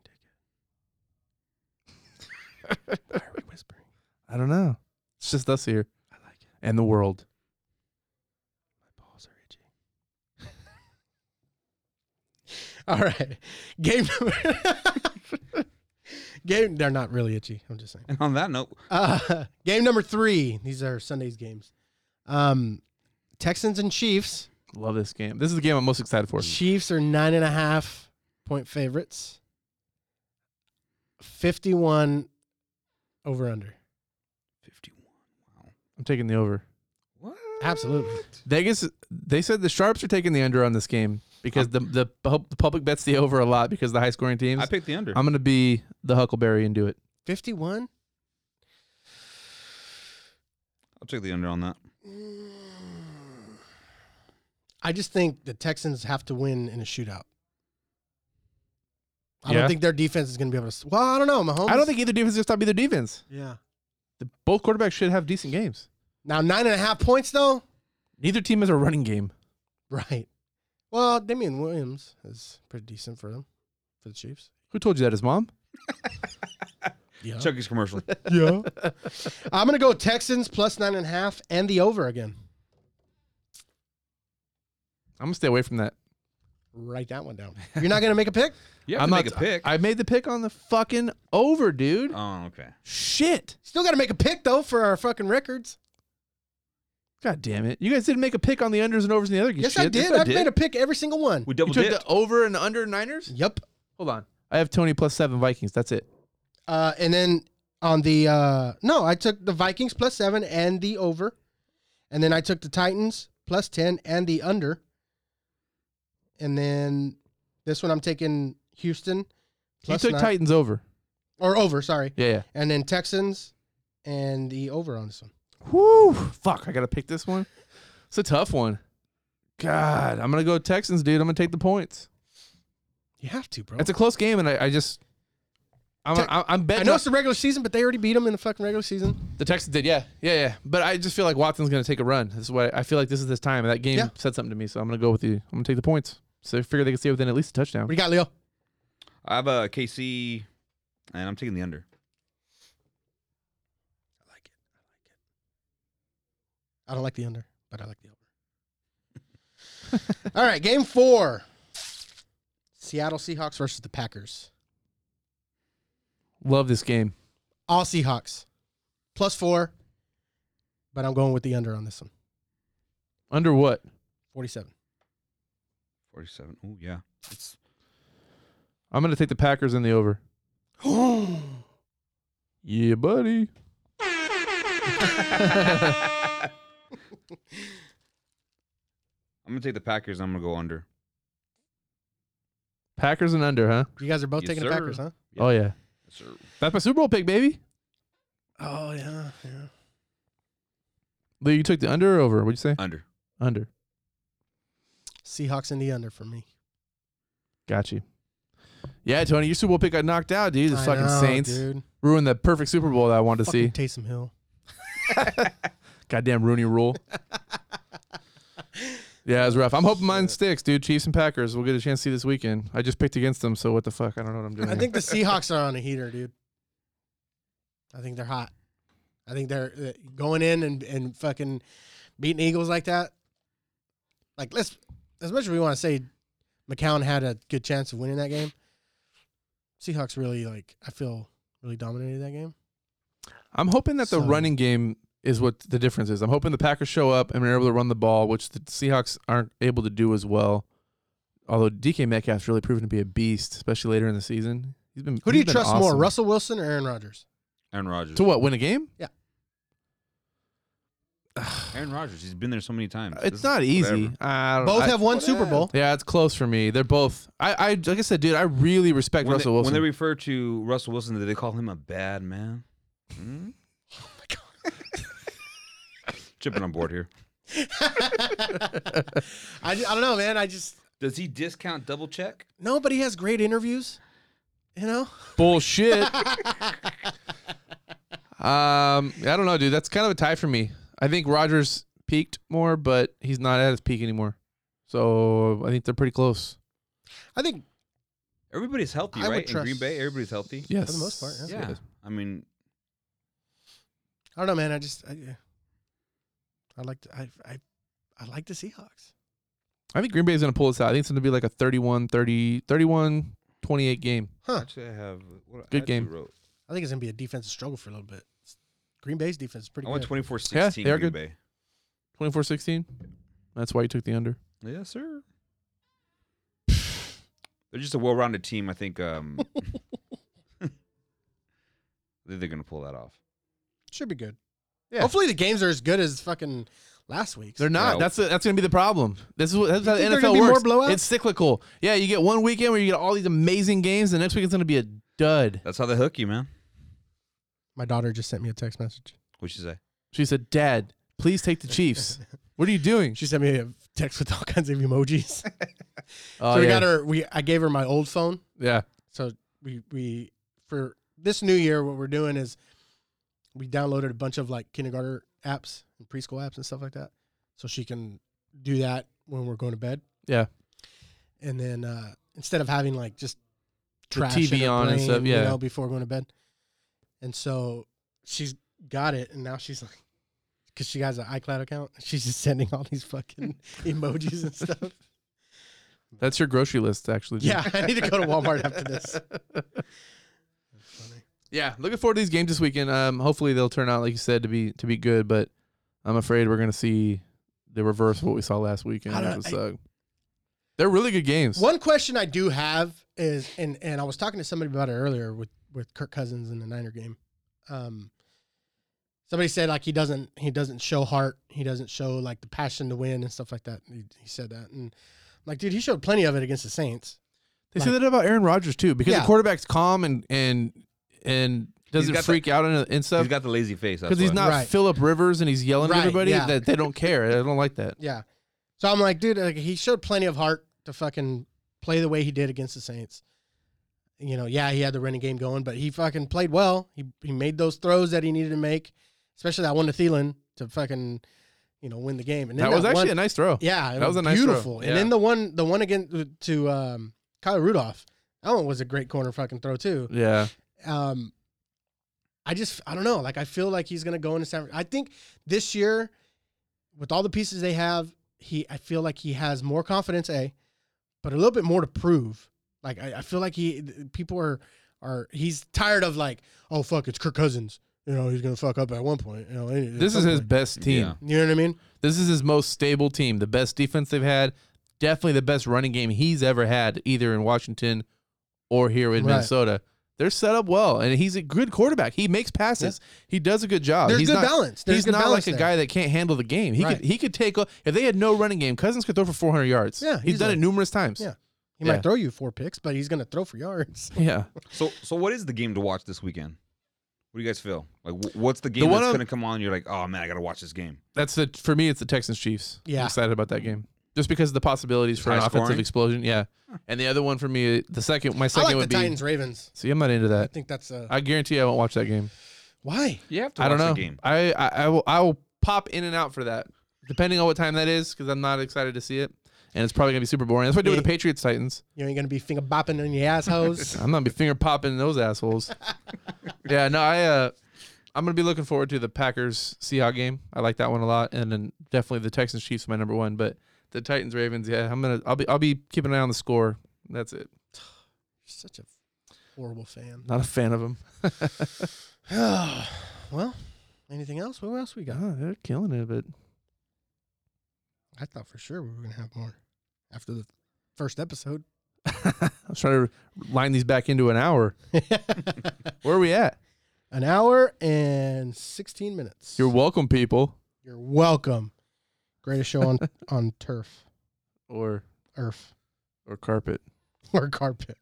S2: take it. Why are we whispering?
S3: I don't know. It's just us here
S2: I like it.
S3: and the world.
S2: My balls are itchy. All right. Game number. Game, they're not really itchy. I'm just saying.
S4: And on that note,
S2: Uh, game number three. These are Sunday's games. Um, Texans and Chiefs.
S3: Love this game. This is the game I'm most excited for.
S2: Chiefs are nine and a half point favorites. 51 over under.
S4: fifty-one.
S3: I'm taking the over.
S4: What?
S2: Absolutely.
S3: Vegas, they said the sharps are taking the under on this game because the, the pub- the public bets the over a lot because of the high scoring teams.
S4: I picked the under.
S3: I'm gonna be the Huckleberry and do it.
S2: 51?
S4: I'll take the under on that.
S2: Mm. I just think the Texans have to win in a shootout. I
S3: Yeah.
S2: don't think their defense is going to be able to. s- Well, I don't know, Mahomes.
S3: I don't think either defense is gonna stop either defense.
S2: Yeah.
S3: The, both quarterbacks should have decent games.
S2: Now, nine and a half points, though?
S3: Neither team has a running game.
S2: Right. Well, Damian Williams is pretty decent for them, for the Chiefs.
S3: Who told you that? His mom?
S2: Yeah.
S4: Chucky's commercial.
S2: yeah. I'm gonna go Texans plus nine and a half and the over again.
S3: I'm gonna stay away from that.
S2: Write that one down. You're not gonna make a pick?
S4: You have
S3: I'm
S4: to
S3: not-
S4: make a pick.
S3: I made the pick on the fucking over, dude.
S4: oh, okay.
S3: Shit.
S2: Still gotta make a pick though for our fucking records.
S3: God damn it. You guys didn't make a pick on the unders and overs in the other game.
S2: Yes,
S3: shit.
S2: I did.
S3: You
S2: I've
S4: did.
S2: made a pick every single one.
S4: We double
S3: took
S4: dipped.
S3: the over and under Niners?
S2: Yep.
S3: Hold on. I have Tony plus seven Vikings. That's it.
S2: Uh, and then on the uh, no, I took the Vikings plus seven and the over, and then I took the Titans plus ten and the under, and then this one I'm taking Houston plus
S3: you took
S2: nine-
S3: Titans over.
S2: or over, sorry,
S3: Yeah, yeah.
S2: and then Texans and the over on this one.
S3: Whoo. Fuck. I got to pick this one. It's a tough one. God. I'm going to go Texans, dude. I'm going to take the points.
S2: You have to, bro.
S3: It's a close game, and I, I just. I'm,
S2: Te-
S3: I'm, I'm
S2: I
S3: betting
S2: know it's the regular season, but they already beat them in the fucking regular season.
S3: the Texans did, yeah, yeah, yeah. But I just feel like Watson's going to take a run. This is why I feel like this is this time. That game
S2: Yeah.
S3: said something to me, so I'm going to go with you. I'm going to take the points. So I figure they can stay within at least a touchdown.
S2: What do you got, Leo?
S4: I have a KC, and I'm taking the under.
S2: I like it. I like I don't like the under, but I like the over. All right, game four. Seattle Seahawks versus the Packers.
S3: Love this game.
S2: All Seahawks. Plus four. But I'm going with the under on this one.
S3: Under what?
S2: 47.
S4: Forty-seven. Oh yeah. It's,
S3: I'm gonna take the Packers in the over. Yeah, buddy.
S4: I'm gonna take the Packers. I'm gonna go under.
S3: Packers and under, huh?
S2: you guys are both
S4: Yes,
S2: taking
S4: sir.
S2: the Packers, huh?
S4: Yeah.
S3: Oh yeah. That's my Super Bowl pick, baby.
S2: Oh, yeah. yeah.
S3: Lou, you took the under or over? What'd you say?
S4: Under.
S3: Under.
S2: Seahawks in the under for me.
S3: Got you. Yeah, Tony, your Super Bowl pick got knocked out, dude. The
S2: I
S3: fucking
S2: know,
S3: Saints
S2: Dude.
S3: ruined the perfect Super Bowl that I wanted to
S2: Fucking
S3: see.
S2: Taysom Hill.
S3: Goddamn Rooney rule. yeah, it was rough. I'm hoping mine sticks, dude. Chiefs and Packers. We'll get a chance to see this weekend. I just picked against them, so what the fuck? I don't know what I'm doing.
S2: I think the Seahawks are on a heater, dude. I think they're hot. I think they're uh, going in and, and fucking beating Eagles like that. Like let's as much as we want to say McCown had a good chance of winning that game. Seahawks really like I feel really dominated that game.
S3: I'm hoping that the
S2: So-
S3: running game is what the difference is. I'm hoping the Packers show up and are able to run the ball, which the Seahawks aren't able to do as well. Although DK Metcalf's really proven to be a beast, especially later in the season. He's been
S2: Who do you
S3: he's been
S2: trust more,
S3: awesome.
S2: Russell Wilson or Aaron Rodgers?
S4: Aaron Rodgers.
S3: To what? Win a game?
S4: Aaron Rodgers. He's been there so many times.
S3: It's
S4: This-
S3: not easy.
S4: whatever.
S3: I don't,
S2: Both
S3: I-
S2: have won Super
S4: whatever.
S2: Bowl.
S3: Yeah, it's close for me. They're both. I, I like I said, dude. I really respect
S4: When
S3: Russell
S4: they,
S3: Wilson.
S4: When they refer to Russell Wilson, do they call him a bad man? Hmm? Chipping on board here.
S2: I, ju- I don't know, man. I just
S4: Does he discount double check?
S2: no, but he has great interviews. You know,
S3: Bullshit. um, I don't know, dude. That's kind of a tie for me. I think Rogers peaked more, but he's not at his peak anymore. So I think they're pretty close.
S2: I think
S4: Everybody's healthy,
S2: I would
S4: right? In
S2: trust-
S4: Green Bay, everybody's healthy.
S3: Yes,
S2: the most part, yeah.
S4: Yeah. I mean,
S2: I don't know, man. I just I, yeah. I like to, I I I like the Seahawks.
S3: I think Green Bay's gonna pull this out. I think it's gonna be like a 31, 30, 31, 28 game.
S2: Huh?
S4: actually, I have what I
S3: Good
S4: actually
S3: game.
S4: Wrote.
S2: I think it's gonna be a defensive struggle for a little bit. Green Bay's defense is pretty
S4: I went
S2: good.
S4: 24
S3: Yeah,
S4: 16
S3: they are
S4: Green
S3: good.
S4: Bay.
S3: 24-16. That's why you took the under.
S4: Yes, sir. They're just a well rounded team. I think um, I think they're going to pull that off.
S2: Should be good.
S3: Yeah.
S2: Hopefully the games are as good as fucking last week's.
S3: They're not.
S4: No.
S3: That's the, that's gonna be the problem. This is what that's how the
S2: think there
S3: NFL
S2: are gonna be more
S3: works.
S2: blowouts?
S3: It's cyclical. Yeah, you get one weekend where you get all these amazing games, and next week it's gonna be a dud.
S4: That's how they hook you, man.
S2: My daughter just sent me a text message.
S4: What'd you say?
S3: She said, "Dad, please take the Chiefs." what are you doing?
S2: She sent me a text with all kinds of emojis. so
S3: Oh,
S2: we
S3: yeah.
S2: got her. We I gave her my old phone.
S3: Yeah.
S2: So we we for this new year, what we're doing is we downloaded a bunch of like kindergarten apps and preschool apps and stuff like that, so she can do that when we're going to bed.
S3: Yeah.
S2: And then uh, instead of having like just
S3: The
S2: trash
S3: TV
S2: in her
S3: on and
S2: brain,
S3: stuff,
S2: you
S3: yeah.
S2: know, before going to bed. And so she's got it, and now she's like, because she has an iCloud account, she's just sending all these fucking emojis and stuff.
S3: That's your grocery list, actually. dude.
S2: Yeah, I need to go to Walmart after this. That's funny.
S3: Yeah. Looking forward to these games this weekend. Um, hopefully they'll turn out like you said to be to be good, but I'm afraid we're gonna see the reverse of what we saw last weekend.
S2: I don't-
S3: which would suck. They're really good games.
S2: One question I do have is, and and I was talking to somebody about it earlier with with Kirk Cousins in the Niner game. Um, somebody said like he doesn't he doesn't show heart, he doesn't show like the passion to win and stuff like that. He, he said that, and I'm like, dude, he showed plenty of it against the Saints.
S3: They say that about Aaron Rodgers too, because
S2: Yeah.
S3: the quarterback's calm and and and doesn't
S4: got the-
S3: freak out and, and stuff.
S4: He's got the lazy face. that's
S3: because he's
S4: why.
S3: not
S2: Right.
S3: Philip Rivers and he's yelling
S2: Right,
S3: at everybody.
S2: yeah.
S3: That they don't care. I don't like that.
S2: Yeah, so I'm like, dude, like, he showed plenty of heart to fucking play the way he did against the Saints. You know, yeah, he had the running game going, but he fucking played well. He he made those throws that he needed to make, especially that one to Thielen to fucking, you know, win the game. And then
S3: That was actually
S2: one,
S3: a nice throw.
S2: yeah, it
S3: that was a nice throw.
S2: beautiful.
S3: Yeah.
S2: And then the one the one again to um, Kyle Rudolph, that one was a great corner fucking throw too.
S3: Yeah.
S2: Um, I just I don't know. Like I feel like he's gonna go into San. I think this year with all the pieces they have, he I feel like he has more confidence, a, but a little bit more to prove. Like I, I feel like he th- people are are he's tired of like oh fuck it's Kirk Cousins, you know he's gonna fuck up at one point. You know any- at
S3: This is
S2: some
S3: his
S2: point.
S3: best team.
S4: Yeah.
S2: You know what I mean?
S3: This is his most stable team. The best defense they've had. Definitely the best running game he's ever had, either in Washington or here in
S2: Right.
S3: Minnesota. They're set up well, and he's a good quarterback. He makes passes. He does a good job.
S2: There's
S3: Oh, he's
S2: good
S3: not,
S2: balance. There's
S3: he's
S2: good
S3: not
S2: balance
S3: like a
S2: there.
S3: guy that can't handle the game. He
S2: Right.
S3: could he could take a, if they had no running game. Cousins could throw for 400 yards.
S2: Yeah,
S3: he's done
S2: easily.
S3: it numerous times.
S2: Yeah. He
S3: Yeah.
S2: might throw you four picks, but he's gonna throw for yards.
S3: yeah.
S4: So so what is the game to watch this weekend? What do you guys feel? Like wh- what's the game
S3: one
S4: that's
S3: I'm-
S4: going to come on? You're like, oh man, I got to watch this game.
S3: That's the for me. It's the Texans Chiefs.
S2: Yeah.
S3: I'm excited about that game just because of the possibilities for
S4: High
S3: an offensive
S4: scoring?
S3: explosion. Yeah, and the other one for me, the second my
S2: I
S3: second
S2: like the
S3: would be.
S2: Titans Ravens.
S3: See, I'm not into
S2: I
S3: that.
S2: think that's a
S3: I guarantee I won't watch that game.
S2: why.
S4: You have to watch
S3: I don't know.
S4: the game.
S3: I, I I will I will pop in and out for that depending on what time that is because I'm not excited to see it. And it's probably gonna be super boring. That's what I do with the Patriots Titans.
S2: You ain't gonna be finger bopping on your assholes.
S3: I'm not gonna be finger popping those assholes. yeah, no, I uh, I'm gonna be looking forward to the Packers Seahawks game. I like that one a lot, and then definitely the Texans Chiefs my number one. But the Titans Ravens, yeah, I'm gonna I'll be I'll be keeping an eye on the score. That's it.
S2: such a horrible fan.
S3: Not a fan of them.
S2: well, anything else? What else we got?
S3: God, they're killing it, but
S2: I thought for sure we were gonna have more after the first episode.
S3: I'm trying to line these back into an hour. Where are we at?
S2: An hour and sixteen minutes.
S3: You're welcome, people.
S2: You're welcome. Greatest show on on turf,
S3: Or
S2: earth,
S3: or carpet.
S2: or carpet.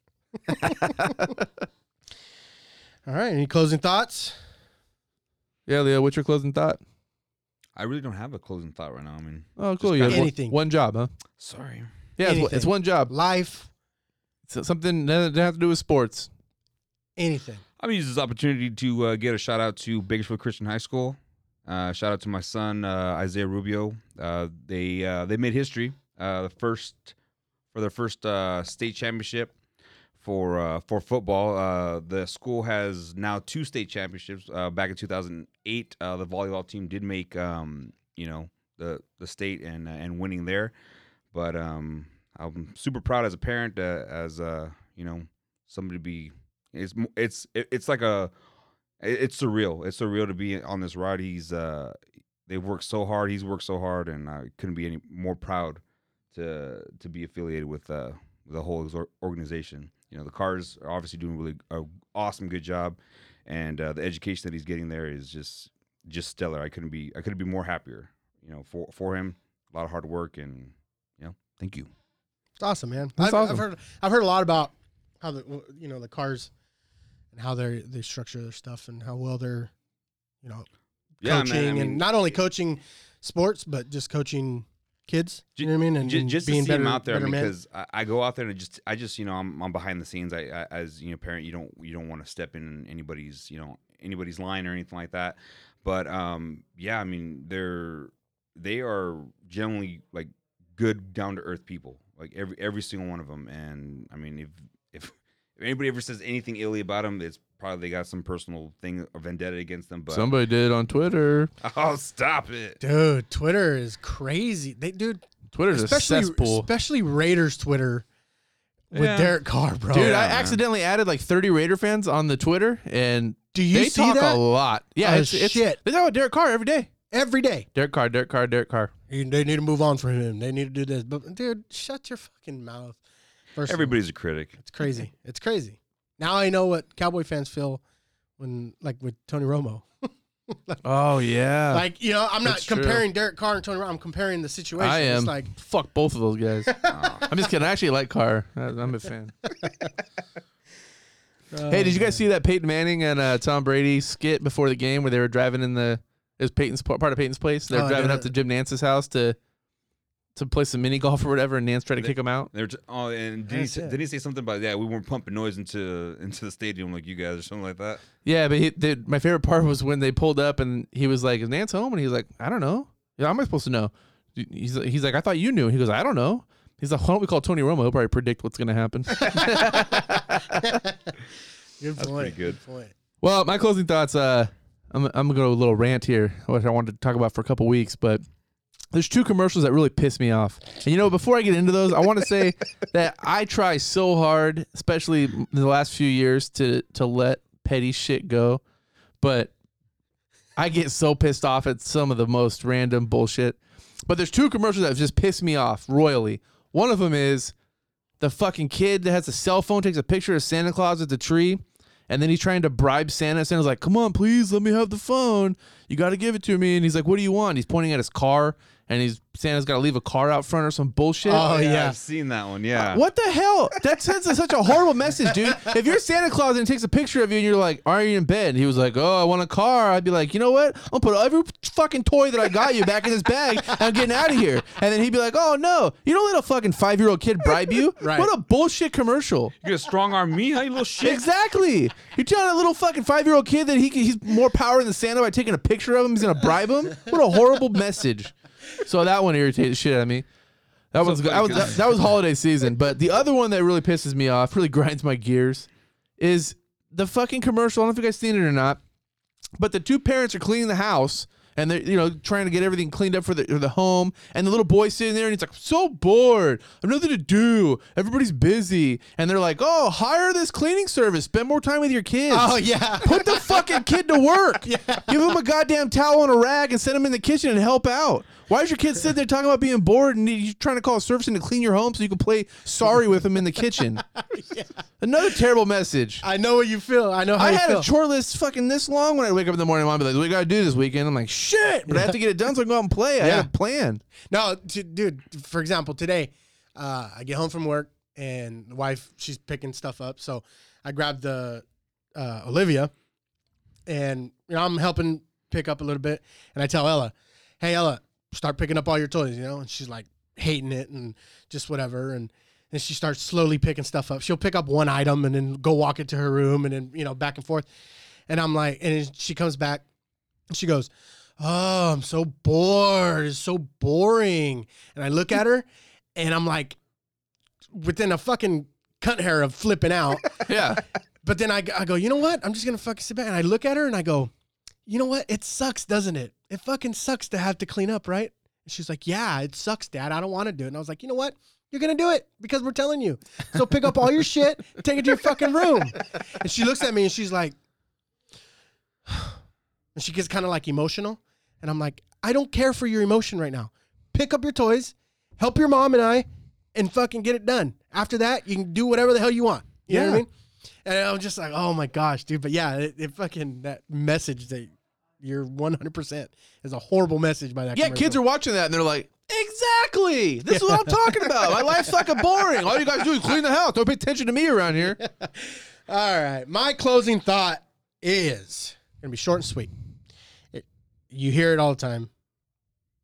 S2: All right. Any closing thoughts?
S3: Yeah, Leo, what's your closing thought?
S4: I really don't have a closing thought right now. I mean,
S3: Oh, cool.
S4: Just
S3: You had one-
S2: anything.
S3: One, job, huh?
S4: sorry.
S3: Yeah, it's, one- it's
S2: Anything.
S3: one job.
S2: Life?
S3: It's something that doesn't have to do with sports.
S2: Anything?
S4: I'm gonna use this opportunity to uh, get a shout out to Bakersfield Christian High School. Uh, shout out to my son uh, Isaiah Rubio. Uh, they uh, they made history. Uh, the first for their first uh, state championship for uh, for football. Uh, the school has now two state championships. Uh, back in 2008, uh, the volleyball team did make um, you know the the state and uh, and winning there. But um, I'm super proud as a parent, uh, as uh, you know somebody to be it's mo- it's it- it's like a it- it's surreal. It's surreal to be on this ride. He's uh they've worked so hard. He's worked so hard, and I couldn't be any more proud to to be affiliated with uh the whole exor- organization. You know, the cars are obviously doing really a awesome good job, and uh, the education that he's getting there is just just stellar. I couldn't be I couldn't be more happier. You know, for for him, a lot of hard work, and you know, thank you.
S2: It's awesome, man.
S3: That's
S2: I've,
S3: awesome.
S2: I've heard I've heard a lot about how the w- you know the cars and how they they structure their stuff and how well they're you know coaching and not only coaching sports but just coaching kids. you
S4: Ju-
S2: know what I mean? And,
S4: just,
S2: and
S4: just
S2: being
S4: to see
S2: better
S4: him out there
S2: better men.
S4: because I, I go out there and I just I just you know I'm, I'm behind the scenes. I, I as you know parent you don't you don't want to step in anybody's you know anybody's line or anything like that. But um yeah, I mean they're they are generally like good down to earth people. Like every every single one of them. And I mean if if if anybody ever says anything illy about them, it's probably they got some personal thing or vendetta against them. But
S3: Somebody did on Twitter.
S4: oh stop it.
S2: dude, Twitter is crazy. They dude,
S3: Twitter's a
S2: especially
S3: cesspool.
S2: especially Raiders Twitter with
S4: Yeah.
S2: Derek Carr, bro.
S3: Dude,
S4: Yeah,
S3: I
S4: man.
S3: accidentally added like 30 Raider fans on the Twitter, and
S2: do you
S3: they
S2: see
S3: talk
S2: that
S3: a lot. Yeah,
S2: Oh,
S3: it's, it's
S2: shit.
S3: They talk about Derek Carr every day.
S2: every day?
S3: Derek Carr, Derek Carr, Derek Carr.
S2: You- They need to move on from him. They need to do this. But dude, shut your fucking mouth. First of all.
S4: Everybody's a critic.
S2: It's crazy. It's crazy. Now I know what cowboy fans feel when like with Tony Romo.
S3: Oh yeah,
S2: Like, you know, I'm not
S3: That's true.
S2: comparing Derek Carr and Tony Romo. I'm comparing the situation.
S3: I am.
S2: It's like
S3: Fuck both of those guys.
S4: Oh.
S3: I'm just kidding. I actually like Carr. I- I'm a fan.
S2: uh,
S3: Hey, did you guys see that Peyton Manning and uh, Tom Brady skit before the game where they were driving in the? It was Peyton's part of Peyton's place. They're
S2: Oh, I
S3: driving
S2: did
S3: up
S2: it.
S3: to Jim Nance's house to to play some mini golf or whatever, and Nance tried to
S4: They-
S3: kick him out.
S4: They were t- oh, and did he,
S2: That's
S4: say,
S2: it.
S4: did he say something about yeah? We weren't pumping noise into into the stadium like you guys or something like that.
S3: Yeah, but he, they, my favorite part was when they pulled up and he was like, "Is Nance home?" And he was like, "I don't know. Yeah, how am I supposed to know?" He's he's like, "I thought you knew." He goes, "I don't know." He's like, "Why don't we call Tony Romo? He'll probably predict what's gonna happen."
S2: good
S4: That's pretty
S2: point.
S4: good.
S2: point.
S3: Well, my closing thoughts. Uh, I'm I'm gonna go a little rant here, which I wanted to talk about for a couple weeks, but There's two commercials that really piss me off. And you know, before I get into those, I want to say that I try so hard, especially in the last few years, to to let petty shit go. But I get so pissed off at some of the most random bullshit. But there's two commercials that have just pissed me off royally. One of them is the fucking kid that has a cell phone takes a picture of Santa Claus at the tree, and then he's trying to bribe Santa. Santa's like, "Come on, please, let me have the phone. You got to give it to me." And he's like, "What do you want?" He's pointing at his car, and he's Santa's got to leave a car out front or some bullshit.
S2: Oh, yeah. Uh,
S4: I've seen that one. Yeah.
S3: What the hell? That sends us such a horrible message, dude. If you're Santa Claus and he takes a picture of you and you're like, "Are you in bed?" and he was like, "Oh, I want a car," I'd be like, "You know what? I'll put every fucking toy that I got you back in this bag. And I'm getting out of here." And then he'd be like, "Oh no, you don't let a fucking five year old kid bribe you.
S2: Right.
S3: What a bullshit commercial."
S4: You gonna strong arm me, huh, you little shit?
S3: Exactly. You're telling a little fucking five year old kid that he can, he's more power than Santa by taking a picture of him. He's gonna bribe him. What a horrible message. So that one irritated the shit out of me. That was
S4: funny
S3: that was
S4: 'cause-
S3: that, that was holiday season. But the other one that really pisses me off, really grinds my gears, is the fucking commercial. I don't know if you guys seen it or not, but the two parents are cleaning the house. And they're you know trying to get everything cleaned up for the, for the home, and the little boy's sitting there, and he's like, "I'm so bored. I have nothing to do. Everybody's busy." And they're like, "Oh, hire this cleaning service. Spend more time with your kids."
S2: Oh yeah.
S3: Put the fucking kid to work. Give him a goddamn towel and a rag and send him in the kitchen and help out. Why is your kid sitting there talking about being bored and you're trying to call a service in to clean your home so you can play sorry with him in the kitchen? Another terrible message.
S2: I know what you feel. I know how
S3: I
S2: you
S3: had
S2: feel.
S3: a chore list fucking this long when I wake up in the morning. Mom be like, "We gotta do this weekend." I'm like, "Shit!" But I have to get it done so I can go out and play. I
S2: Yeah.
S3: had a plan.
S2: No, t- dude. For example, today uh, I get home from work and the wife she's picking stuff up, so I grabbed the uh, Olivia, and you know, I'm helping pick up a little bit, and I tell Ella, "Hey Ella, start picking up all your toys," you know, and she's like hating it and just whatever, and and she starts slowly picking stuff up. She'll pick up one item and then go walk it to her room, and then you know back and forth, and I'm like, and then she comes back, and she goes. Oh, I'm so bored. It's so boring. And I look at her and I'm like within a fucking cunt hair of flipping out.
S3: Yeah,
S2: but then I, I go, you know what? I'm just going to fucking sit back. And I look at her and I go, you know what? It sucks, doesn't it? It fucking sucks to have to clean up, right? And she's like, yeah, it sucks, dad. I don't want to do it. And I was like, you know what? You're going to do it because we're telling you. So pick up all your shit, take it to your fucking room. And she looks at me and she's like, and she gets kind of like emotional. And I'm like, I don't care for your emotion right now. Pick up your toys, help your mom and I, and fucking get it done. After that, you can do whatever the hell you want. You know what I
S3: Yeah.
S2: mean? And I'm just like, oh my gosh, dude. But yeah, it, it fucking that message that you're 100% is a horrible message by that.
S3: yeah. Kids are watching that and they're like. Exactly. This is what I'm talking about. My life's fucking boring. All you guys do is clean the house. Don't pay attention to me around here.
S2: All right. My closing thought is going to be short and sweet. It, you hear it all the time,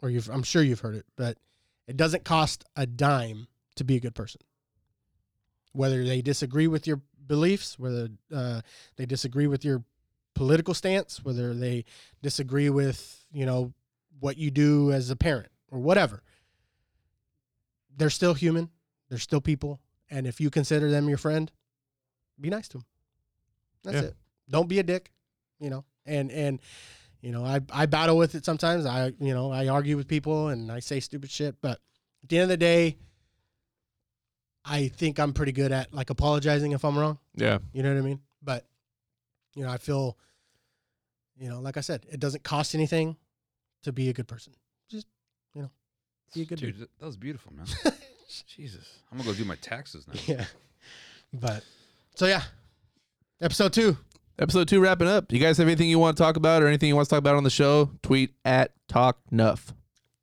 S2: or you've, I'm sure you've heard it, but it doesn't cost a dime to be a good person. Whether they disagree with your beliefs, whether uh, they disagree with your political stance, whether they disagree with, you know, what you do as a parent or whatever, they're still human. They're still people. And if you consider them your friend, be nice to them. That's
S3: Yeah.
S2: it. Don't be a dick, you know. And and you know, I I battle with it sometimes. I you know, I argue with people and I say stupid shit, but at the end of the day, I think I'm pretty good at like apologizing if I'm wrong.
S3: Yeah.
S2: You know what I mean? But you know, I feel you know, like I said, it doesn't cost anything to be a good person. Just you know, be a good
S4: Dude, that was beautiful, man.
S2: dude.
S4: Jesus, I'm gonna go do my taxes now.
S2: yeah. But so yeah. Episode two.
S3: Episode two wrapping up. You guys have anything you want to talk about or anything you want to talk about on the show? Tweet at Talk Nuff.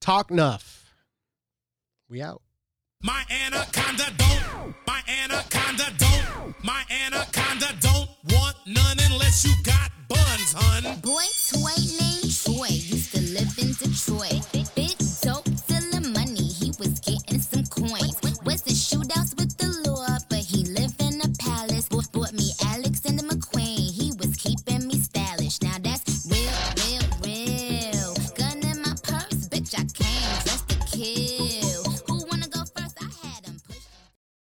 S2: Talk Nuff. We out.
S1: My anaconda don't. My anaconda don't. My anaconda.